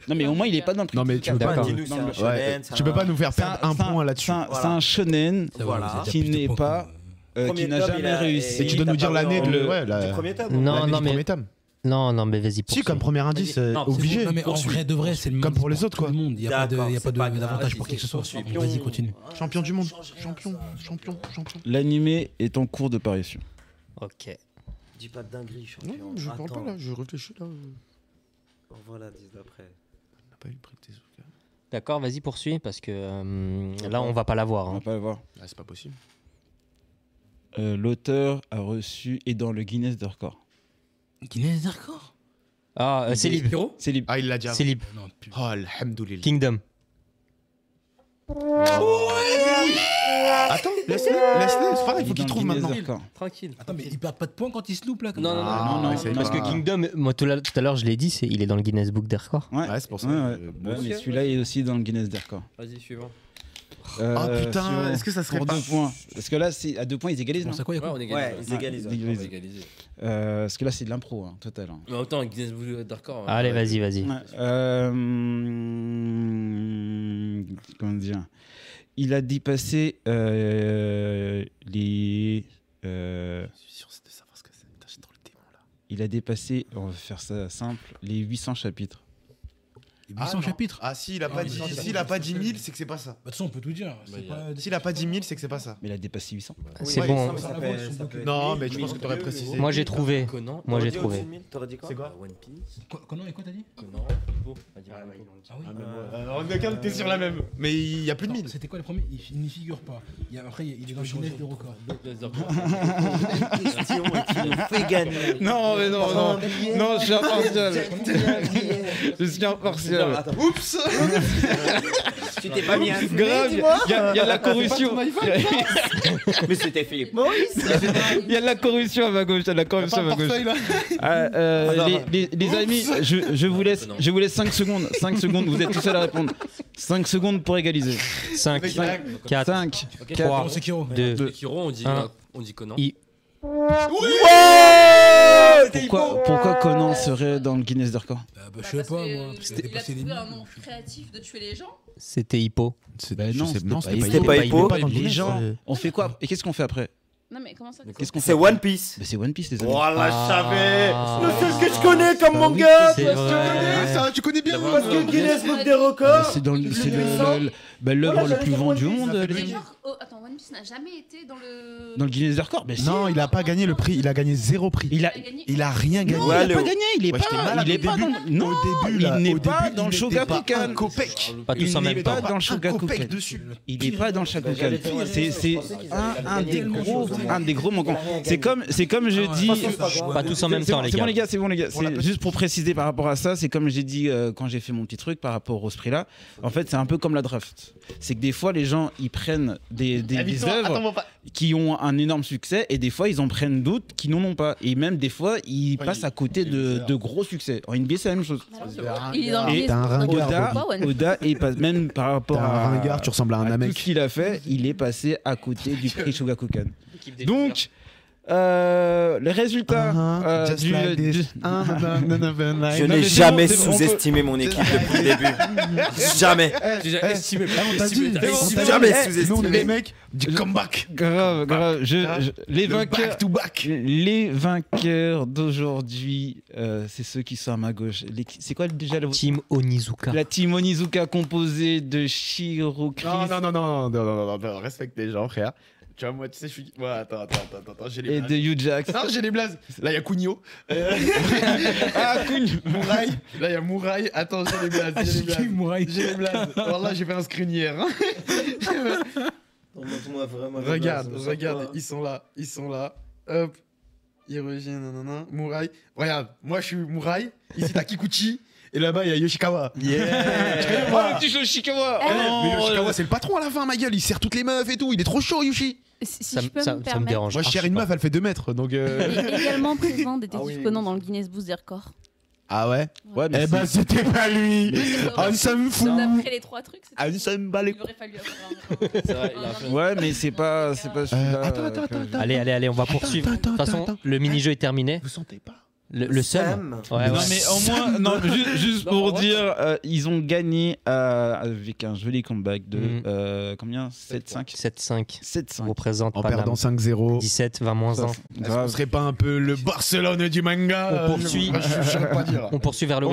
Speaker 1: Non, mais au moins, il est pas dans le prix.
Speaker 8: Non, mais tu peux pas
Speaker 1: D'accord.
Speaker 8: nous-
Speaker 7: Dis-nous, c'est un
Speaker 1: Ouais.
Speaker 7: shonen, c'est
Speaker 8: euh, Tu peux
Speaker 7: un-
Speaker 8: pas nous faire
Speaker 1: C'est un,
Speaker 8: perdre un
Speaker 1: c'est un-
Speaker 8: point là-dessus.
Speaker 1: c'est un-
Speaker 7: Voilà.
Speaker 1: c'est un shonen
Speaker 5: Ça va,
Speaker 7: Voilà.
Speaker 5: vous avez
Speaker 1: qui
Speaker 5: plus de
Speaker 1: n'est
Speaker 5: points
Speaker 1: pas.
Speaker 5: que-
Speaker 1: euh,
Speaker 7: Premier
Speaker 1: qui n'a
Speaker 7: tome, il
Speaker 1: jamais
Speaker 7: a-
Speaker 1: réussi.
Speaker 8: Et tu dois nous dire
Speaker 7: t'as parlé
Speaker 8: l'année de-
Speaker 7: en-
Speaker 8: ouais, la-
Speaker 7: du premier tome.
Speaker 3: Non,
Speaker 8: L'année
Speaker 3: non,
Speaker 8: du
Speaker 3: mais-
Speaker 8: premier tome.
Speaker 3: Non, non, mais vas-y.
Speaker 8: Si,
Speaker 3: poursuis.
Speaker 8: comme premier indice, euh,
Speaker 4: Non, c'est
Speaker 8: obligé.
Speaker 5: Non, mais en
Speaker 8: Poursuis.
Speaker 5: vrai de vrai, c'est le
Speaker 8: Comme
Speaker 5: même
Speaker 8: pour les
Speaker 5: pour
Speaker 8: autres,
Speaker 5: Tout
Speaker 8: quoi.
Speaker 5: le monde, il n'y a pas de-
Speaker 7: D'accord,
Speaker 5: il y a pas
Speaker 7: c'est pas
Speaker 5: de- d'avantage
Speaker 7: grave,
Speaker 5: pour qui que ce
Speaker 7: c'est
Speaker 5: soit.
Speaker 7: champion.
Speaker 5: Vas-y, continue.
Speaker 8: Champion du monde. Champion, champion, champion.
Speaker 1: L'animé est en cours de parution.
Speaker 3: Ok.
Speaker 7: Dis pas de dinguerie, champion.
Speaker 8: Non, non, je parle pas
Speaker 7: Attends.
Speaker 8: là, je réfléchis là. On
Speaker 7: Envoie l'indice d'après.
Speaker 8: n'a pas eu le prix de Tezuka.
Speaker 3: D'accord, vas-y, poursuis, parce que euh, là, on va pas l'avoir.
Speaker 1: On
Speaker 3: hein.
Speaker 1: va pas le voir.
Speaker 8: Ah, c'est pas possible.
Speaker 1: Euh, L'auteur a reçu et dans le Guinness de record.
Speaker 5: Guinness d'accord
Speaker 3: Ah, euh, c'est libre.
Speaker 5: Pierrot
Speaker 1: C'est libre.
Speaker 8: Ah, il l'a déjà.
Speaker 3: C'est libre.
Speaker 5: Non, putain.
Speaker 8: Oh, alhamdoulilah.
Speaker 3: Kingdom.
Speaker 8: Attends, laisse-le, laisse-le, c'est pareil,
Speaker 1: Il
Speaker 8: Ah, faut
Speaker 1: est
Speaker 8: qu'il
Speaker 1: dans
Speaker 8: trouve
Speaker 1: le Guinness
Speaker 8: maintenant.
Speaker 1: de record.
Speaker 4: Tranquille.
Speaker 5: Attends, mais il perd pas de points quand il snoop là comme
Speaker 4: Non,
Speaker 5: ça
Speaker 4: non, non.
Speaker 8: Ah,
Speaker 1: non,
Speaker 8: essaye
Speaker 1: non,
Speaker 8: pas.
Speaker 3: Parce que Kingdom, moi tout la- tout à l'heure, je l'ai dit, c'est- il est dans le Guinness Book des records.
Speaker 1: Ouais.
Speaker 8: Ouais, c'est pour ça.
Speaker 1: Ouais,
Speaker 8: euh,
Speaker 1: ouais.
Speaker 8: bon.
Speaker 1: Ouais, mais celui-là est aussi dans le Guinness des records.
Speaker 4: Vas-y, suivant.
Speaker 8: Ah
Speaker 1: Euh,
Speaker 8: putain,
Speaker 1: sur-
Speaker 8: est-ce que ça serait
Speaker 1: pour
Speaker 8: pas
Speaker 1: deux points Parce que là, c'est- à deux points, ils égalisent.
Speaker 5: Bon,
Speaker 1: non
Speaker 5: c'est quoi, il y a
Speaker 4: Ouais,
Speaker 5: quoi
Speaker 4: on égalise.
Speaker 7: Ouais,
Speaker 4: ouais.
Speaker 7: ils
Speaker 1: Ouais,
Speaker 7: égalisent.
Speaker 1: ils
Speaker 4: On va
Speaker 1: égalisent.
Speaker 4: égaliser.
Speaker 1: Euh, parce que là, c'est de l'impro, hein, total. hein.
Speaker 4: Mais en même temps, Guinness Book hein. d'accord.
Speaker 3: Allez, vas-y, vas-y.
Speaker 1: Ouais, euh, comment dire Il a dépassé euh, les. euh,
Speaker 8: Je suis sûr de savoir ce que c'est. Putain, j'ai trop le démon là.
Speaker 1: il a dépassé, on va faire ça simple, les 800 chapitres.
Speaker 5: Les
Speaker 8: Ah,
Speaker 5: 800
Speaker 8: non.
Speaker 5: chapitres
Speaker 8: Ah, si, il a pas
Speaker 5: mais
Speaker 8: dit
Speaker 5: si,
Speaker 8: s'il
Speaker 5: si,
Speaker 8: a
Speaker 5: si,
Speaker 8: pas
Speaker 5: si,
Speaker 8: 10
Speaker 5: si.
Speaker 8: 000, c'est que c'est pas ça.
Speaker 5: Bah, de toute façon, on peut tout dire. c'est
Speaker 4: Bah,
Speaker 5: pas-
Speaker 8: S'il a pas 10 000, c'est que c'est pas ça.
Speaker 1: Mais il a dépassé 800.
Speaker 3: C'est
Speaker 7: Ouais,
Speaker 3: bon.
Speaker 7: ça, ça peut- ça peut être
Speaker 8: Non,
Speaker 7: mille,
Speaker 8: mais je
Speaker 7: mille,
Speaker 8: pense que t'aurais
Speaker 7: mille,
Speaker 8: précisé.
Speaker 7: mille.
Speaker 3: Moi, j'ai trouvé.
Speaker 4: Conan.
Speaker 3: Moi, j'ai
Speaker 7: T'aurais dit
Speaker 3: trouvé.
Speaker 7: au-dessus de mille, T'aurais dit quoi
Speaker 8: C'est quoi
Speaker 7: Euh, One Piece.
Speaker 5: Quoi- Conan et quoi t'as dit
Speaker 4: Conan. Hippo. Vas-y, Hippo.
Speaker 5: Ah oui
Speaker 8: On regarde, t'es sur la même. Mais il y a plus de
Speaker 5: Attends,
Speaker 8: 1000.
Speaker 5: C'était quoi les premiers Il il n'y figure pas. Il y a- Après, il y a- il est dans le Guinness Bah, des records.
Speaker 4: Guinness des
Speaker 7: Question et tu nous fais gagner.
Speaker 1: [LAUGHS] Non, mais non, non. Non, je suis
Speaker 7: [LAUGHS]
Speaker 1: impartial. je suis
Speaker 7: Non,
Speaker 1: impartial. Ah,
Speaker 7: attends,
Speaker 8: Oups
Speaker 7: Tu t'es pas
Speaker 4: [LAUGHS]
Speaker 7: mis à fumer,
Speaker 1: Grave, il y,
Speaker 7: dis-moi.
Speaker 1: a- y a de la corruption.
Speaker 7: Mais c'était Philippe Maurice.
Speaker 1: [LAUGHS]
Speaker 6: Ah,
Speaker 1: Il y a de la corruption à ma gauche. Il y a de la corruption à ma gauche.
Speaker 8: là
Speaker 1: Ah, euh,
Speaker 7: Ah, non.
Speaker 1: les, les- les amis, je, je vous laisse,
Speaker 4: Non.
Speaker 1: je vous laisse 5 secondes. 5 secondes, vous êtes tous seuls à répondre. 5 secondes pour égaliser.
Speaker 3: 5,
Speaker 8: Mec, il a-
Speaker 3: 4,
Speaker 1: 5,
Speaker 4: Ok,
Speaker 1: Quatre.
Speaker 5: Bon, c'est Kiro.
Speaker 3: 2,
Speaker 4: Sekiro, on dit,
Speaker 3: Un.
Speaker 4: on dit Conan.
Speaker 3: I-
Speaker 1: Pourquoi, pourquoi Conan serait dans le Guinness des records
Speaker 5: bah,
Speaker 10: Je sais pas, moi.
Speaker 14: Bah, Il a trouvé un nom créatif de tuer les gens.
Speaker 3: C'était Hippo.
Speaker 1: Bah non, c'était pas,
Speaker 3: Hippo. C'était pas Hippo.
Speaker 1: Les gens, on fait quoi Et qu'est-ce qu'on fait après
Speaker 6: Non, mais comment ça
Speaker 1: Qu'est-ce qu'on
Speaker 7: C'est
Speaker 1: fait
Speaker 7: One Piece.
Speaker 1: Bah, c'est One Piece, les amis.
Speaker 7: Oh là, je savais
Speaker 3: Ah.
Speaker 7: Le seul que je connais
Speaker 1: Bah
Speaker 7: comme
Speaker 1: oui,
Speaker 7: manga
Speaker 1: c'est
Speaker 7: parce que-
Speaker 1: vrai.
Speaker 7: Ça, Tu connais bien
Speaker 1: D'abord,
Speaker 7: Parce que
Speaker 1: euh,
Speaker 6: Ah,
Speaker 7: Guinness Book des records
Speaker 1: C'est dans le- c'est le- le- le- bah, l'œuvre
Speaker 7: Voilà,
Speaker 1: le plus
Speaker 7: j'avais
Speaker 1: vendue du
Speaker 7: compris,
Speaker 1: monde,
Speaker 7: ça fait
Speaker 1: les
Speaker 7: plaisir.
Speaker 1: amis.
Speaker 6: Genre, oh, attends, One Piece n'a jamais été dans le.
Speaker 1: Dans le Guinness des records, mais si.
Speaker 8: Non, il a pas gagné le prix, il a gagné zéro prix.
Speaker 1: Il a,
Speaker 8: il a rien gagné.
Speaker 1: Non, il a pas gagné, il est
Speaker 8: Ouais, j'étais
Speaker 1: pas,
Speaker 8: malade
Speaker 1: il est
Speaker 8: au
Speaker 1: pas
Speaker 8: début.
Speaker 1: dans, non,
Speaker 8: Au début,
Speaker 1: il
Speaker 8: là,
Speaker 1: n'est
Speaker 8: au
Speaker 1: pas
Speaker 8: début,
Speaker 1: dans le
Speaker 8: il n'était pas
Speaker 1: Shogakukan.
Speaker 8: un copec. Pas tous
Speaker 1: Il
Speaker 8: en
Speaker 1: n'est
Speaker 8: même
Speaker 1: pas
Speaker 8: temps.
Speaker 1: dans
Speaker 8: Un
Speaker 1: le Shogakukan.
Speaker 8: copec dessus.
Speaker 1: Il n'est pas dans le Shogakukan.
Speaker 8: J'allais dire,
Speaker 1: C'est c'est
Speaker 8: je pensais qu'ils
Speaker 1: un,
Speaker 8: avaient
Speaker 1: un des
Speaker 8: gagné le
Speaker 1: gros,
Speaker 8: jeu.
Speaker 1: un des gros manquants. C'est comme, c'est comme je
Speaker 5: Ah
Speaker 1: dis.
Speaker 8: de toute façon, c'est pas grave. Pas tous en même
Speaker 1: C'est bon,
Speaker 8: temps, les
Speaker 1: C'est bon
Speaker 8: gars.
Speaker 1: les gars, c'est bon les gars.
Speaker 8: On l'appelle-
Speaker 1: C'est juste pour préciser par rapport à ça, c'est comme j'ai dit euh, quand j'ai fait mon petit truc par rapport au prix là. En fait, c'est un peu comme la draft. C'est que des fois les gens ils prennent des des,
Speaker 8: Ah,
Speaker 1: des
Speaker 8: victoire, attends, on
Speaker 1: œuvres
Speaker 8: va-
Speaker 1: qui ont un énorme succès et des fois ils en prennent d'autres qui n'en ont pas. Et même des fois ils
Speaker 8: Ouais,
Speaker 1: passent
Speaker 8: il-
Speaker 1: à côté de, de gros succès. En NBA c'est la même chose.
Speaker 6: Il est dans le
Speaker 1: Et
Speaker 6: Guinness.
Speaker 1: Oda,
Speaker 6: Pourquoi, One Piece
Speaker 1: Oda est pas, même par rapport
Speaker 8: T'es un
Speaker 1: à
Speaker 8: ringard, tu ressembles à un
Speaker 1: tout
Speaker 8: Namek.
Speaker 1: ce qu'il a fait, il est passé à côté du
Speaker 8: [LAUGHS]
Speaker 1: prix Shogakukan. Donc euh, les résultats euh,
Speaker 8: just
Speaker 1: du,
Speaker 8: like
Speaker 1: du-
Speaker 7: Je
Speaker 1: Non, mais
Speaker 7: n'ai
Speaker 1: c'est
Speaker 7: jamais
Speaker 1: bon, c'est bon, on peut-
Speaker 7: sous-estimé mon équipe depuis le début. Jamais.
Speaker 1: Déjà estimé,
Speaker 8: on t'a dit,
Speaker 1: estimé,
Speaker 8: on
Speaker 1: estimé.
Speaker 8: t'a
Speaker 1: Jamais
Speaker 8: dit, eh,
Speaker 1: sous-estimé.
Speaker 8: Nous, on est les mecs du comeback.
Speaker 1: Grave, grave. Je,
Speaker 8: Ah,
Speaker 1: je- les
Speaker 8: le
Speaker 1: vainqueurs,
Speaker 8: back to back.
Speaker 1: les vainqueurs d'aujourd'hui, euh, c'est ceux qui sont à ma gauche. Les- C'est quoi déjà la
Speaker 3: Team Onizuka.
Speaker 1: La team Onizuka composée de Shiro Chris
Speaker 8: Non, non, non, non, non, non, non, non, non, respecte les gens, frère. Tu vois, moi, tu sais, je suis. Ouais, attends, attends, attends, attends, j'ai les
Speaker 1: et
Speaker 8: blagues.
Speaker 1: de Yujax.
Speaker 8: Non, j'ai les blazes. Là, il y a Cugno. [LAUGHS] Euh,
Speaker 1: ah, Cugno.
Speaker 8: Mouraille. Là, il y a Mouraille. Attends, j'ai les blazes.
Speaker 5: Ah,
Speaker 8: J'ai les blazes. J'ai les blazes. Alors là, j'ai fait un screen hier. hein. regarde, regarde, ils sont là. Ils sont là. Hop. Hiroji, nanana. Mouraille. Regarde, moi, je suis Mouraille. Ici, t'as Kikuchi. Et là-bas, il y a Yoshikawa. Yeah! Tu connais, moi
Speaker 1: Oh, le petit Yoshikawa.
Speaker 8: Eh,
Speaker 6: Ah,
Speaker 1: Oh,
Speaker 8: mais Yoshikawa, c'est le patron à la fin, ma gueule. Il sert toutes les meufs et tout. Il est trop chaud, Yoshi.
Speaker 6: Si- si Ça je m- peux ça- me ça me permettre. dérange
Speaker 8: Moi, je cherche une meuf, elle fait 2 mètres. Donc. euh,
Speaker 6: Il est également présent des
Speaker 8: Ah oui.
Speaker 6: détective Conan dans le Guinness Boost des records.
Speaker 8: [LAUGHS] Ah ouais?
Speaker 1: Ouais,
Speaker 8: Eh ben, c'était pas lui! On Ah, s'en fout!
Speaker 6: D'après les trois trucs, c'est-
Speaker 8: On s'en bat les
Speaker 6: il aurait fallu avoir un-
Speaker 1: Ouais, mais c'est pas, c'est pas celui-là.
Speaker 3: attends,
Speaker 1: euh, que-
Speaker 3: Allez, allez, allez, on va poursuivre. De toute façon, le mini-jeu est terminé. Vous
Speaker 8: sentez pas
Speaker 3: Le, le seul
Speaker 1: Sam. non, mais au moins, non, mais juste, juste pour dire, euh, ils ont gagné euh, avec un joli comeback de
Speaker 3: Mm.
Speaker 1: euh, combien 7-5
Speaker 3: 7-5.
Speaker 1: 7-5.
Speaker 3: Représente
Speaker 8: En perdant 5-0.
Speaker 3: 17, 20 moins 1.
Speaker 8: Est-ce qu'on serait pas un peu le Barcelone du manga?
Speaker 3: On poursuit.
Speaker 8: Je- je- je saurais pas dire.
Speaker 3: On poursuit vers le
Speaker 8: On